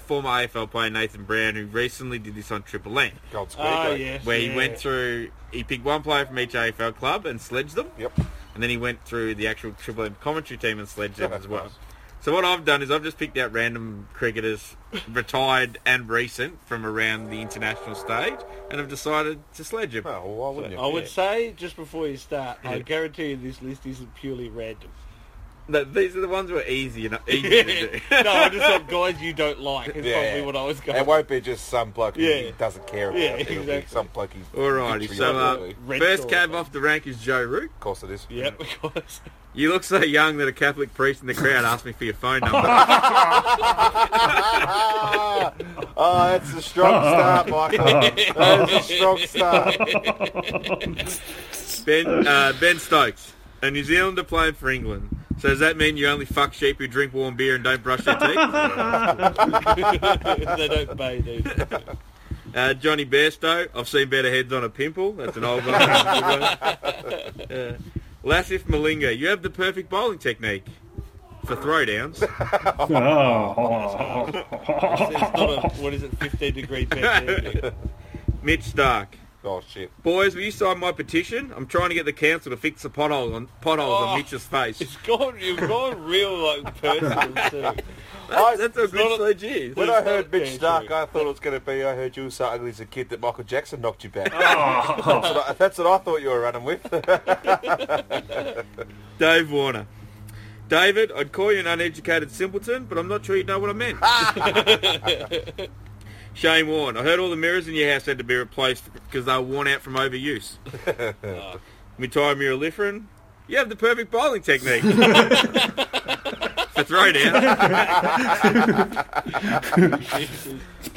S5: former AFL player Nathan Brown, who recently did this on Triple M,
S3: Gold square.
S2: Ah,
S3: goat.
S2: yes.
S5: where
S2: yeah.
S5: he went through, he picked one player from each AFL club and sledged them.
S3: Yep. Oh,
S5: And then he went through the actual Triple M commentary team and sledged them as well. So what I've done is I've just picked out random cricketers, retired and recent, from around the international stage, and I've decided to sledge them.
S3: Oh, well, why wouldn't you?
S2: I would say, just before you start, I guarantee you this list isn't purely random.
S5: But these are the ones that were easy enough. Easy to do.
S2: no, I just thought guys you don't like is
S3: Yeah.
S2: probably what I was
S3: It
S2: going
S3: won't be just some bloke who
S2: Yeah.
S3: doesn't care about.
S2: Yeah,
S3: it. It'll be
S2: exactly.
S3: some bloke he's
S5: Alrighty, so uh,
S3: of
S2: Red
S5: first
S2: sauce.
S5: cab off the rank is Joe Root.
S3: course it is.
S2: Yep, because
S5: You look so young that a Catholic priest in the crowd asked me for your phone number.
S3: Ah, oh, that's a strong start, Michael. That's a strong start.
S4: Oh,
S5: ben, uh, ben Stokes, a New Zealander playing for England. So does that mean you only fuck sheep who drink warm beer and don't brush their teeth?
S2: they don't bathe either.
S5: Uh, Johnny Bairstow, I've seen better heads on a pimple. That's an old one. uh, Lassif Malinga, you have the perfect bowling technique for throwdowns.
S4: Oh.
S2: It's not a, what is it, 15 degree bend there.
S5: Mitch Stark,
S3: Oh shit!
S5: boys, will you sign my petition? I'm trying to get the council to fix the pothole on, potholes
S2: Oh.
S5: on Mitch's face.
S2: It's gone, you've gone real like personal too.
S5: That's, that's a
S2: not a-
S5: good sledge is.
S3: When I heard Mitch
S2: Yeah,
S3: Stark,
S2: true.
S3: I thought it was going to be I heard you were so ugly as a kid that Michael Jackson knocked you back.
S2: Ah.
S4: oh.
S3: That's, what I, that's what I thought you were running with.
S5: Dave Warner. David, I'd call you an uneducated simpleton, but I'm not sure you'd know what I meant. Shane Warne, I heard all the mirrors in your house had to be replaced because they were worn out from overuse. Mitai Miraliferin, you have the perfect bowling technique. For throwdown.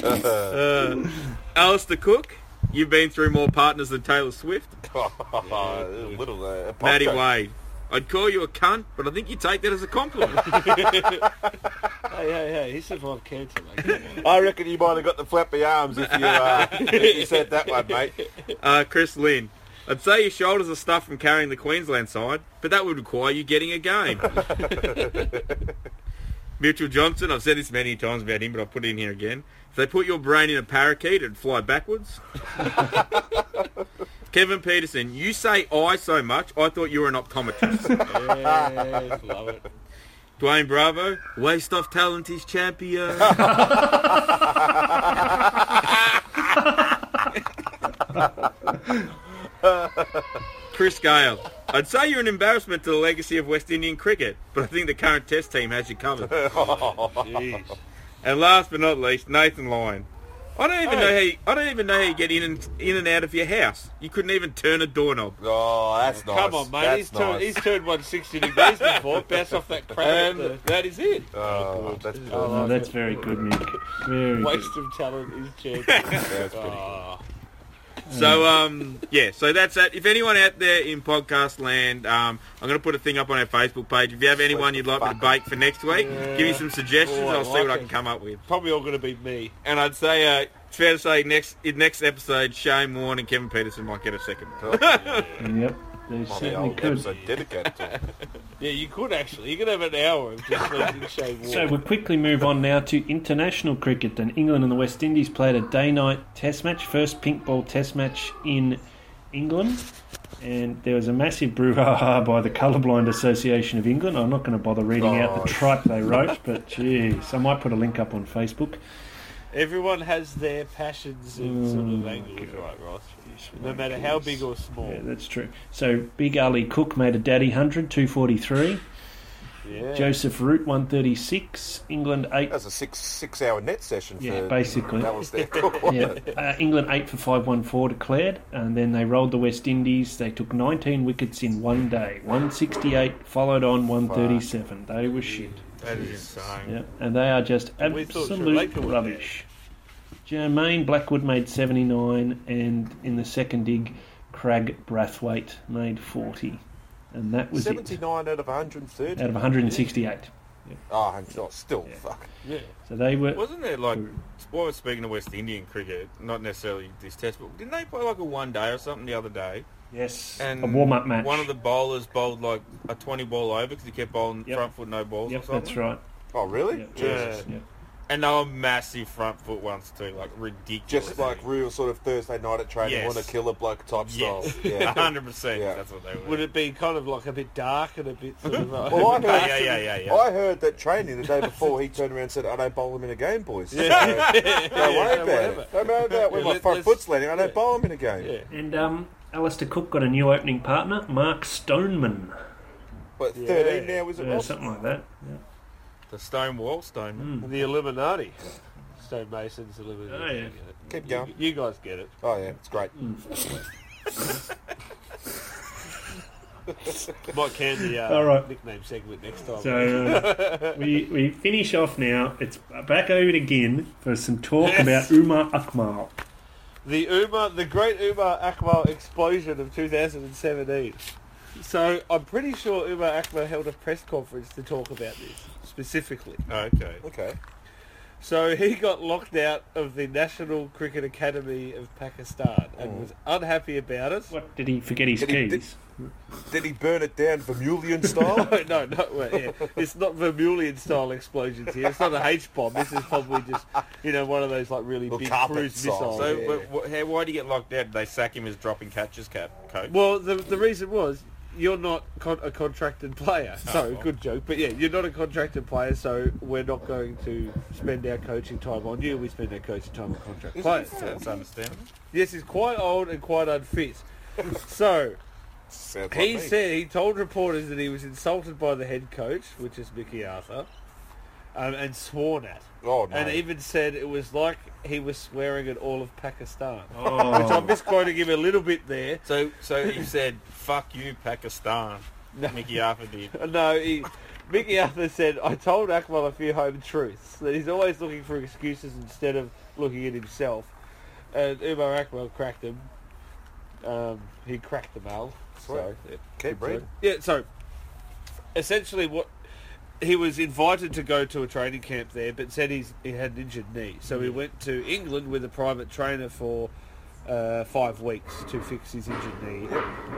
S5: uh, Alistair Cook, you've been through more partners than Taylor Swift.
S3: Oh, little uh, pop
S5: Matty
S3: joke.
S5: Wade. I'd call you a cunt, but I think you take that as a compliment.
S2: Hey, hey, hey, he survived cancer, mate. Come on.
S3: I reckon you might have got the flappy arms if you, uh, if you said that one, mate.
S5: uh, Chris Lynn. I'd say your shoulders are stuffed from carrying the Queensland side, but that would require you getting a game. Mitchell Johnson, I've said this many times about him, but I'll put it in here again. If they put your brain in a parakeet, it'd fly backwards. Kevin Peterson, you say I so much, I thought you were an optometrist.
S1: Yes, love it.
S5: Dwayne Bravo, waste of talent is champion. Chris Gale, I'd say you're an embarrassment to the legacy of West Indian cricket, but I think the current test team has you covered.
S3: Oh,
S2: Jeez.
S5: and last but not least, Nathan Lyon. I don't even know how you, I don't even know how you get in and in and out of your house. You couldn't even turn a doorknob.
S3: Oh, that's nice.
S2: Come on, mate.
S3: That's
S2: he's,
S3: nice.
S2: turned, he's turned 160 degrees before. Bounce off that crap. at the-
S5: And that is it.
S3: Oh, that's
S2: I
S3: perfect.
S4: Oh,
S2: like
S4: that's
S2: it.
S4: very good, Nick. Very good.
S2: Waste of talent is champion.
S3: That's pretty
S2: Ah.
S5: So um yeah, so that's that. If anyone out there in podcast land, um, I'm gonna put a thing up on our Facebook page. If you have anyone you'd like me to bake for next week, give me some suggestions.
S2: Oh, I
S5: I'll see what
S2: like
S5: I can
S2: it.
S5: come up with.
S2: Probably all going to be me.
S5: And I'd say uh, it's fair to say next in next episode, Shane Warne and Kevin Peterson might get a second.
S4: Yep, they
S3: On the
S4: certainly
S3: old
S4: could.
S3: episode dedicated to it.
S2: Yeah, you could actually. You could have an hour of just letting shave water.
S4: So we'll quickly move on now to international cricket. And England and the West Indies played a day-night Test match, first pink ball Test match in England, and there was a massive brouhaha by the Colourblind Association of England. I'm not going to bother reading out the
S3: Right.
S4: tripe they wrote, but geez, I might put a link up on Facebook.
S2: Everyone has their passions and sort of
S3: Mm.
S4: Oh,
S2: angles, right, Ross? No
S4: Like
S2: matter how
S4: this.
S2: big or small.
S4: Yeah, that's true. So Big Ali Cook made a daddy 100, 243.
S2: Yeah.
S4: Joseph Root 136. England 8
S3: That was a six six hour net session.
S4: Yeah,
S3: for,
S4: basically.
S3: That was their cook. wasn't
S4: yeah,
S3: it?
S4: uh, England eight for five one four declared, and then they rolled the West Indies. They took nineteen wickets in one day, one sixty eight followed on one thirty seven. They were shit,
S5: That is insane.
S4: yeah, and they are just
S2: We thought Sri
S4: absolute
S2: Lanka were
S4: rubbish. Jermaine Blackwood made seventy nine, and in the second dig, Craig Brathwaite made forty, and that was
S3: Seventy nine out of one hundred and
S4: it
S3: thirty.
S4: out of one hundred and sixty eight.
S3: Oh,
S5: Ah,
S3: I'm not still fuck.
S2: Yeah.
S4: So they were
S5: Wasn't there like while we're speaking of West Indian cricket, not necessarily this test, but didn't they play like a one day or something the other day?
S4: yes
S5: And
S4: a warm up match.
S5: One of the bowlers bowled like a twenty ball over because he kept bowling
S4: Yep.
S5: front foot no balls
S4: yep,
S5: or something.
S4: that's right.
S3: Oh, really?
S4: Yep,
S5: Yeah.
S4: yep.
S5: And they were massive front foot ones too, like ridiculous.
S3: Just like real sort of Thursday night at training,
S5: Yes.
S3: want to kill a bloke type
S5: yes,
S3: style. Yeah.
S5: hundred percent.
S3: Yeah.
S5: That's what they were.
S2: Would it be kind of like a bit dark and a bit sort of like...
S3: Well, I heard,
S5: yeah, yeah, yeah, yeah.
S3: I heard that training the day before he turned around and said, I don't bowl him in a game, boys. Yeah. So, don't worry
S2: Yeah,
S3: about
S2: whatever.
S3: it. Don't worry about it. When
S2: Yeah,
S3: my
S2: let-
S3: front
S2: let's-
S3: foot's landing, I don't bowl him in a game.
S2: Yeah.
S4: And um, Alistair Cook got a new opening partner, Mark Stoneman,
S3: But
S2: Yeah.
S3: 13 now, is it?
S4: uh,
S3: Ross?
S4: something like that. Yeah.
S5: the stone wall, stone.
S2: The Illuminati. Stonemasons, Illuminati.
S4: Oh, yeah.
S3: Keep going.
S2: You guys get it.
S3: Oh, yeah, it's great.
S2: Mm.
S4: Hmm.
S2: Might can the uh,
S4: All right.
S2: nickname segment next time.
S4: So uh, we we finish off now. It's back over to Gin for some talk about Umar Akmal.
S2: The Umar, the great Umar Akmal explosion of 2017. So I'm pretty sure Umar Akmal held a press conference to talk about this specifically.
S5: Oh, Okay.
S3: Okay.
S2: So he got locked out of the National Cricket Academy of Pakistan
S3: Oh.
S2: and was unhappy about it.
S4: What did he forget his
S3: Did he-
S4: keys?
S3: Did he burn it down Vermilion style?
S2: No, no, not well, yeah. It's not Vermilion style explosions here. It's not a H bomb. This is probably just you know one of those like really
S3: Little
S2: big
S3: carpet
S2: cruise
S3: size.
S2: missiles.
S5: So,
S3: Oh, Yeah.
S5: but, wh- how, why do you get locked out? Did they sack him as dropping catches cap coach?
S2: Well, the the reason was you're not con- a contracted player. Sorry, good joke, but yeah, you're not a contracted player, so we're not going to spend our coaching time on you. We spend our coaching time on contract players.
S5: That's understandable.
S2: Yes, he's quite old and quite unfit. So
S3: Sounds like
S2: he
S3: me.
S2: said he told reporters that he was insulted by the head coach, which is Mickey Arthur, um, and sworn at,
S3: Oh, no.
S2: and even said it was like he was swearing at all of Pakistan. Which I'm
S4: Oh,
S2: misquoting him a little bit there.
S5: So, so he said, "Fuck you, Pakistan." Mickey Arthur did.
S2: No, he, Mickey Arthur said, I told Akmal a few home truths, that he's always looking for excuses instead of looking at himself. And Umar Akmal cracked him. Um, he cracked the valve. So,
S3: Sweet. Keep reading.
S2: yeah, so essentially what he was invited to go to a training camp there, but said he's, he had an injured knee. So he went to England with a private trainer for uh, five weeks to fix his injured knee,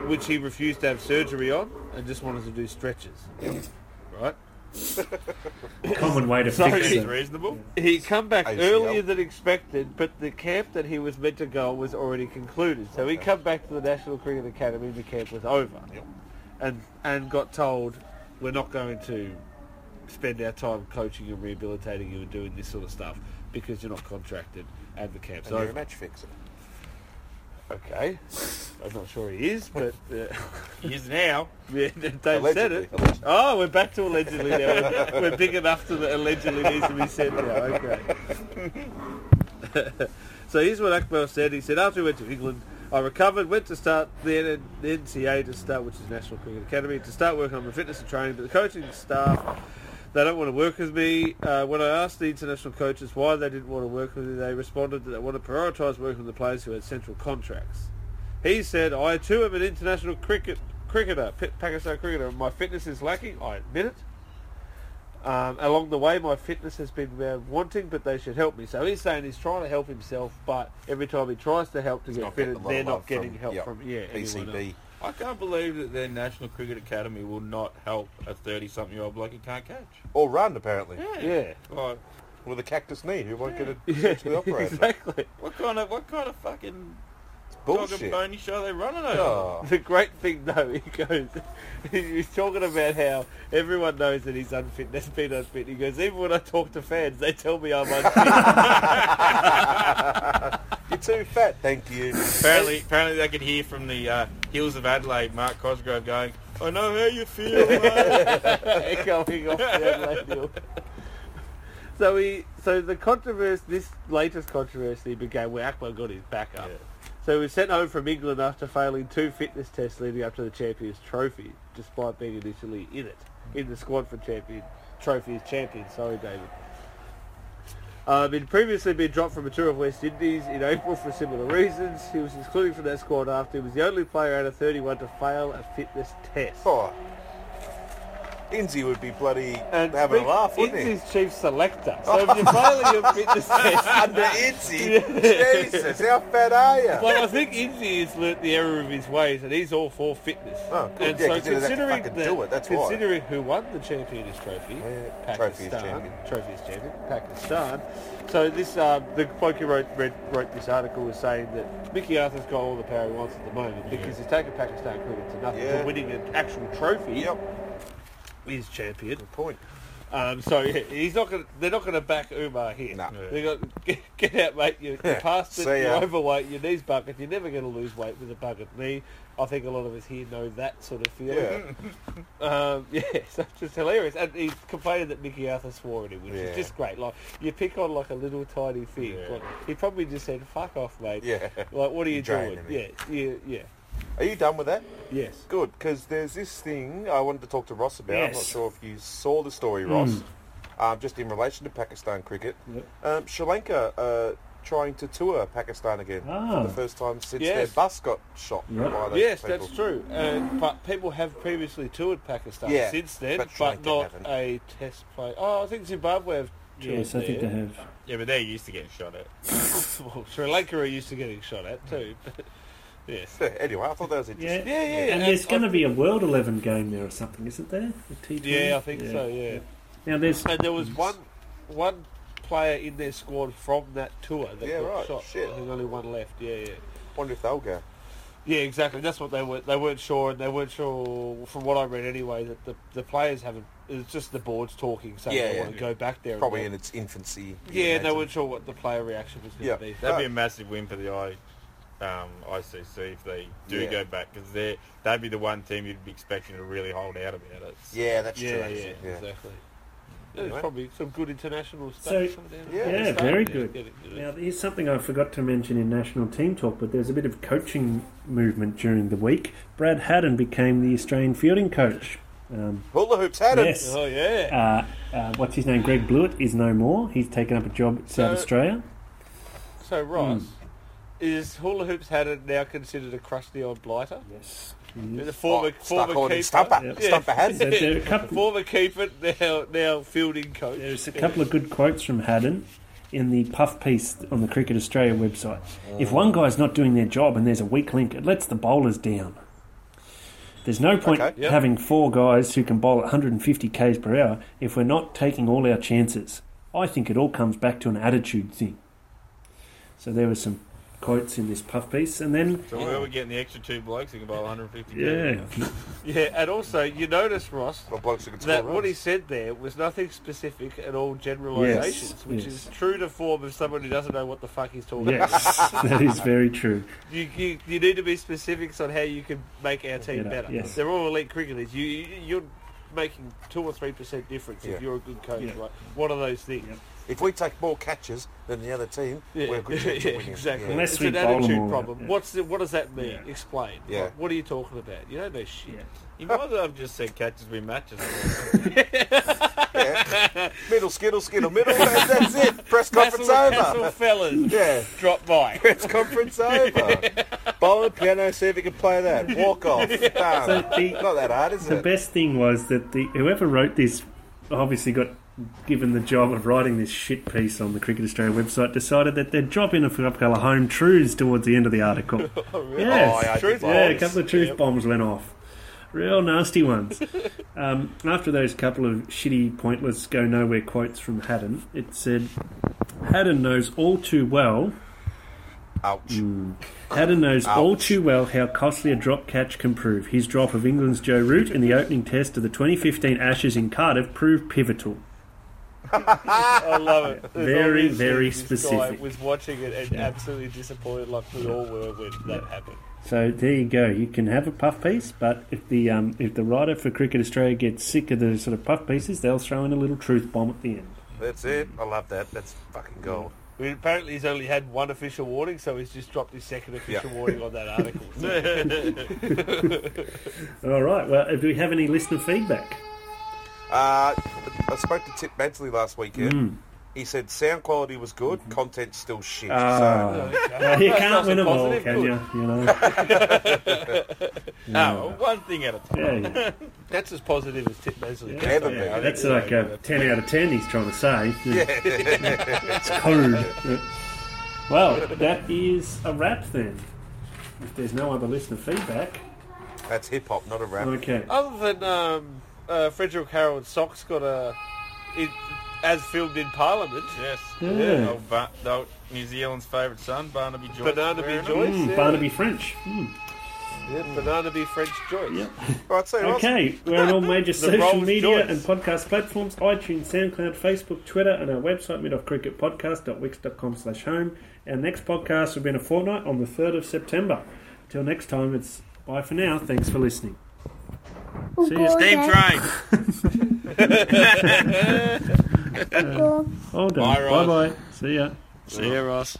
S2: which he refused to have surgery on and just wanted to do stretches. Right?
S4: Common way to
S2: Sorry.
S4: fix
S5: It's
S4: it.
S5: reasonable.
S2: He come back
S3: ACL.
S2: earlier than expected, but the camp that he was meant to go was already concluded. So he come back to the National Cricket Academy. The camp was over,
S3: Yep.
S2: and and got told we're not going to spend our time coaching and rehabilitating you and doing this sort of stuff because you're not contracted and the camp's
S3: And you're a
S2: over.
S3: match fixer.
S2: Okay, I'm not sure he is, but uh,
S5: He is now.
S2: yeah, Dave said
S3: Allegedly,
S2: it.
S3: allegedly.
S2: Oh, we're back to allegedly now. We're, we're big enough to that allegedly needs to be said now. Okay. so here's what Akbar said. He said, after we went to England, I recovered, went to start the N- NCA to start, which is National Cricket Academy, to start working on my fitness and training. But the coaching staff, they don't want to work with me. Uh, when I asked the international coaches why they didn't want to work with me, they responded that they want to prioritise working with the players who had central contracts. He said, I too am an international cricket cricketer, P- Pakistan cricketer. My fitness is lacking. I admit it. Um, along the way, my fitness has been uh, wanting, but they should help me. So he's saying he's trying to help himself, but every time he tries to help to get
S3: Not
S2: fitted,
S3: getting a lot of
S2: they're
S3: love
S2: not getting help
S3: yep,
S2: from yeah anyone else.
S3: PCB.
S5: I can't believe that their National Cricket Academy will not help a 30-something-year-old bloke who can't catch.
S3: Or run, apparently.
S2: Yeah,
S5: Like,
S3: With a cactus knee. Who won't get a
S2: yeah,
S3: successfully operated.
S2: exactly.
S5: what kind of what kind of fucking dog and
S3: Bullshit.
S5: bony show they running over?
S3: Oh.
S2: The great thing though, he goes, he's talking about how everyone knows that he's unfit. That's been unfit. He goes, even when I talk to fans, they tell me I'm unfit.
S3: You're too fat, thank you.
S5: Apparently, apparently they could hear from the uh, hills of Adelaide, Mark Cosgrove going, "I know how you feel." mate."
S2: going off down that hill. So he, so the controversy, this latest controversy began when Akbar got his back up. So he was sent home from England after failing two fitness tests leading up to the Champions Trophy, despite being initially in it, in the squad for Champion Trophy as champion. Sorry, David. Um, he'd previously been dropped from a tour of West Indies in April for similar reasons. He was excluded from that squad after he was the only player out of 31 to fail a fitness test.
S3: Oh. Inzi would be bloody
S2: And
S3: having
S2: speak-
S3: a laugh, wouldn't he?
S2: Inzi's chief selector. So if you're failing your fitness test,
S3: Under Inzi? Jesus, how fat are you?
S2: like I think Inzi has learnt the error of his ways, and he's all for fitness.
S3: Oh, good.
S2: And
S3: Yeah,
S2: so
S3: 'cause he doesn't have to
S2: considering
S3: fucking
S2: that-
S3: do it, that's why.
S2: considering who won the Champions Trophy,
S3: Yeah, trophy is
S2: Pakistan,
S3: champion.
S2: trophy is champion, Pakistan. So this, um, the bloke who wrote, read, wrote this article was saying that Mickey Arthur's got all the power he wants at the moment because he's taken Pakistan cricket to nothing.
S3: Yeah.
S2: For winning an actual trophy,
S3: Yep,
S2: he's champion.
S3: good point.
S2: Um, so yeah, he's not going. They're not going to back Umar here.
S3: No.
S2: They got get, get out, mate. You, you passed it.
S3: See
S2: You're
S3: ya.
S2: overweight. Your knees bucket. You're never going to lose weight with a bucket knee. I think a lot of us here know that sort of feeling. Yeah. um, yeah. So it's just hilarious. And he's complaining that Mickey Arthur swore at him, which
S3: Yeah.
S2: is just great. Like you pick on like a little tiny thing.
S5: Yeah.
S2: Like, he probably just said, "Fuck off, mate."
S3: Yeah.
S2: Like what are you
S3: Drain
S2: doing?
S3: him.
S2: Yeah. Yeah. Yeah.
S3: Are you done with that?
S2: Yes.
S3: Good, because there's this thing I wanted to talk to Ross about. I'm not
S4: Yes.
S3: sure if you saw the story, Ross, um, just in relation to Pakistan cricket. Um, Sri Lanka uh, trying to tour Pakistan again
S4: Ah.
S3: for the first time since
S2: Yes.
S3: their bus got shot
S4: Yep.
S3: by those
S2: Yes,
S3: people.
S2: that's true. And, but people have previously toured Pakistan
S3: Yeah,
S2: since then,
S3: but
S2: but,
S3: Sri Lanka
S2: not
S3: haven't.
S2: a test play. Oh, I think Zimbabwe have toured
S4: Yes, I think they
S2: there.
S4: have.
S5: yeah, but they're used to getting shot at.
S2: well, Sri Lanka are used to getting shot at too. but- yes.
S3: Yeah, anyway, I thought that was interesting.
S4: Yeah.
S2: Yeah, yeah.
S4: And there's going to be a World 11 game there or something, isn't there? A T20?
S2: Yeah, I think so. Yeah.
S4: Now there's
S2: And there was one, one player in their squad from that tour that
S3: Yeah,
S2: got
S3: right,
S2: shot.
S3: shit.
S2: There's only one left. Yeah, yeah.
S3: Wonder if they'll go.
S2: Yeah, exactly. That's what they were. They weren't sure, and they weren't sure, from what I read anyway, that the, the players haven't. It's just the board's talking, saying
S3: Yeah,
S2: they
S3: yeah.
S2: want to go back there. and
S3: Probably
S2: work.
S3: in its infancy.
S2: Yeah,
S3: you
S2: and they
S3: imagine.
S2: weren't sure what the player reaction was going
S3: Yeah.
S2: to be.
S5: That'd be a massive win for the I, um, ICC if they do
S3: Yeah.
S5: go back, because they that'd be the one team you'd be expecting to really hold out about it.
S3: Yeah, that's true.
S2: Yeah, yeah,
S3: actually, yeah.
S2: exactly. Yeah, There's
S3: Anyway.
S2: probably some good international stuff.
S4: So-
S2: coming down.
S3: Yeah.
S4: Yeah,
S2: Stuff.
S4: very good.
S2: get it, get it.
S4: Now, here's something I forgot to mention in national team talk, but there's a bit of coaching movement during the week. Brad Haddon became the Australian fielding coach. Um,
S3: Hula hoops had it.
S4: Yes.
S2: Oh yeah.
S4: uh, uh, what's his name? Greg Blewett is no more. He's taken up a job at South
S2: So-
S4: Australia. Uh,
S2: So Ross, is hula hoops had it now considered a crusty old blighter?
S4: Yes.
S2: The
S3: Oh,
S2: former
S3: stuck
S2: former
S3: on
S2: keeper,
S3: his stumper.
S4: Yeah.
S3: Stumper had
S4: So
S3: it.
S4: there are a couple,
S2: former keeper, now now fielding coach.
S4: There's a couple of good quotes from Haddon in the puff piece on the Cricket Australia website. If one guy's not doing their job and there's a weak link, it lets the bowlers down. There's no point
S3: Okay,
S2: yep.
S4: having four guys who can bowl at 150 k's per hour if we're not taking all our chances. I think it all comes back to an attitude thing. So there were some quotes in this puff piece, and then
S5: So where are we getting the extra two blokes who can bowl 150?
S4: yeah,
S2: Yeah, and also you notice Ross
S3: Well, blokes who can score
S2: that what he
S3: runs.
S2: said there was nothing specific at all. Generalizations,
S4: Yes,
S2: which
S4: yes.
S2: is true to form of someone who doesn't know what the fuck he's talking. about.
S4: yes, that is very true.
S2: You, you you need to be specifics on how you can make our team
S4: Better,
S2: better.
S4: yes.
S2: They're all elite cricketers. You you- you're making two or three percent difference
S3: Yeah.
S2: if you're a good coach,
S4: Yeah.
S2: right? What are those things?
S4: Yep.
S3: If we take more catches than the other team,
S2: Yeah,
S3: we're a good
S2: yeah,
S3: chance of winning.
S2: exactly.
S4: Unless
S2: it's
S4: we
S2: an
S4: bowl 'em
S2: attitude
S4: all
S2: problem.
S4: out, yeah.
S2: What's the, what does that mean?
S4: Yeah.
S2: Explain.
S3: Yeah.
S2: What, what are you talking about? You don't know shit.
S4: Yeah.
S5: You might as well have just said catches we matches.
S3: Yeah. middle, skittle, skittle, middle. That- That's it. Press conference over.
S5: fellas,
S3: Yeah.
S5: drop by.
S3: Press conference over. Bowling, piano, see if you can play that. Walk off. Done.
S4: the-
S3: Not that hard, is
S4: The
S3: it?
S4: best thing was that the whoever wrote this obviously got given the job of writing this shit piece on the Cricket Australia website. Decided that they'd drop in a couple of home truths towards the end of the article. Yes.
S3: Oh, I- I
S2: Truth
S3: did
S2: bombs.
S4: Yeah, a couple of truth bombs went off. Real nasty ones. um, after those couple of shitty, pointless, go nowhere quotes from Haddon, it said, Haddon knows all too well.
S3: Ouch.
S4: Haddon knows all
S3: Ouch.
S4: too well how costly a drop catch can prove. His drop of England's Joe Root in the opening test of the 2015 Ashes in Cardiff proved pivotal.
S2: I love it. It's
S4: Very,
S2: obvious
S4: very
S2: that this guy
S4: specific.
S2: was watching it and absolutely disappointed, like we all were when that happened.
S4: So there you go. You can have a puff piece, but if the um, if the writer for Cricket Australia gets sick of the sort of puff pieces, they'll throw in a little truth bomb at the end.
S3: That's it. I love that. That's fucking gold.
S2: I mean, apparently, he's only had one official warning, so he's just dropped his second official warning on that article.
S4: All right. Well, do we have any listener feedback?
S3: Uh, I spoke to Tip Mansley last weekend.
S4: Mm.
S3: He said sound quality was good, content still shit.
S4: Mm-hmm. Ah. Well, you can't win them all,
S2: positive,
S4: can
S2: good.
S4: you? You know.
S2: Ah,
S5: No, one thing at a time.
S4: Yeah, yeah.
S2: That's as positive as Tip Mesley.
S4: Yeah.
S3: So, never been.
S4: Yeah, that's like a ten out of ten. He's trying to say. Yeah. it's code. Yeah. Well, that is a wrap then. If there's no other listener feedback,
S3: That's hip hop, not a rap.
S4: okay.
S2: Other than um, uh, Frederick Harold Sock's got a, it, as filmed in Parliament,
S5: Yes.
S4: Yeah.
S5: Old Ba- the old New Zealand's favourite son, Barnaby Joyce.
S2: Banana
S5: wearing
S2: B.
S5: them.
S2: Joyce.
S4: Mm,
S2: yeah.
S4: Barnaby French. Hmm.
S2: Yeah, Banana B. French Joyce.
S4: Yep.
S3: Right, so Ross,
S4: Okay, we're on all major social
S2: Rolls
S4: media
S2: Joyce.
S4: and podcast platforms iTunes, SoundCloud, Facebook, Twitter, and our website, midoffcricketpodcast.wix.com slash home. Our next podcast will be in a fortnight on the 3rd of September. Till next time, it's bye for now. Thanks for listening. See ya.
S5: Steam train.
S6: Go.
S4: Hold
S5: Bye,
S4: on.
S5: Ross.
S4: Bye bye. See ya.
S5: See you, Ross.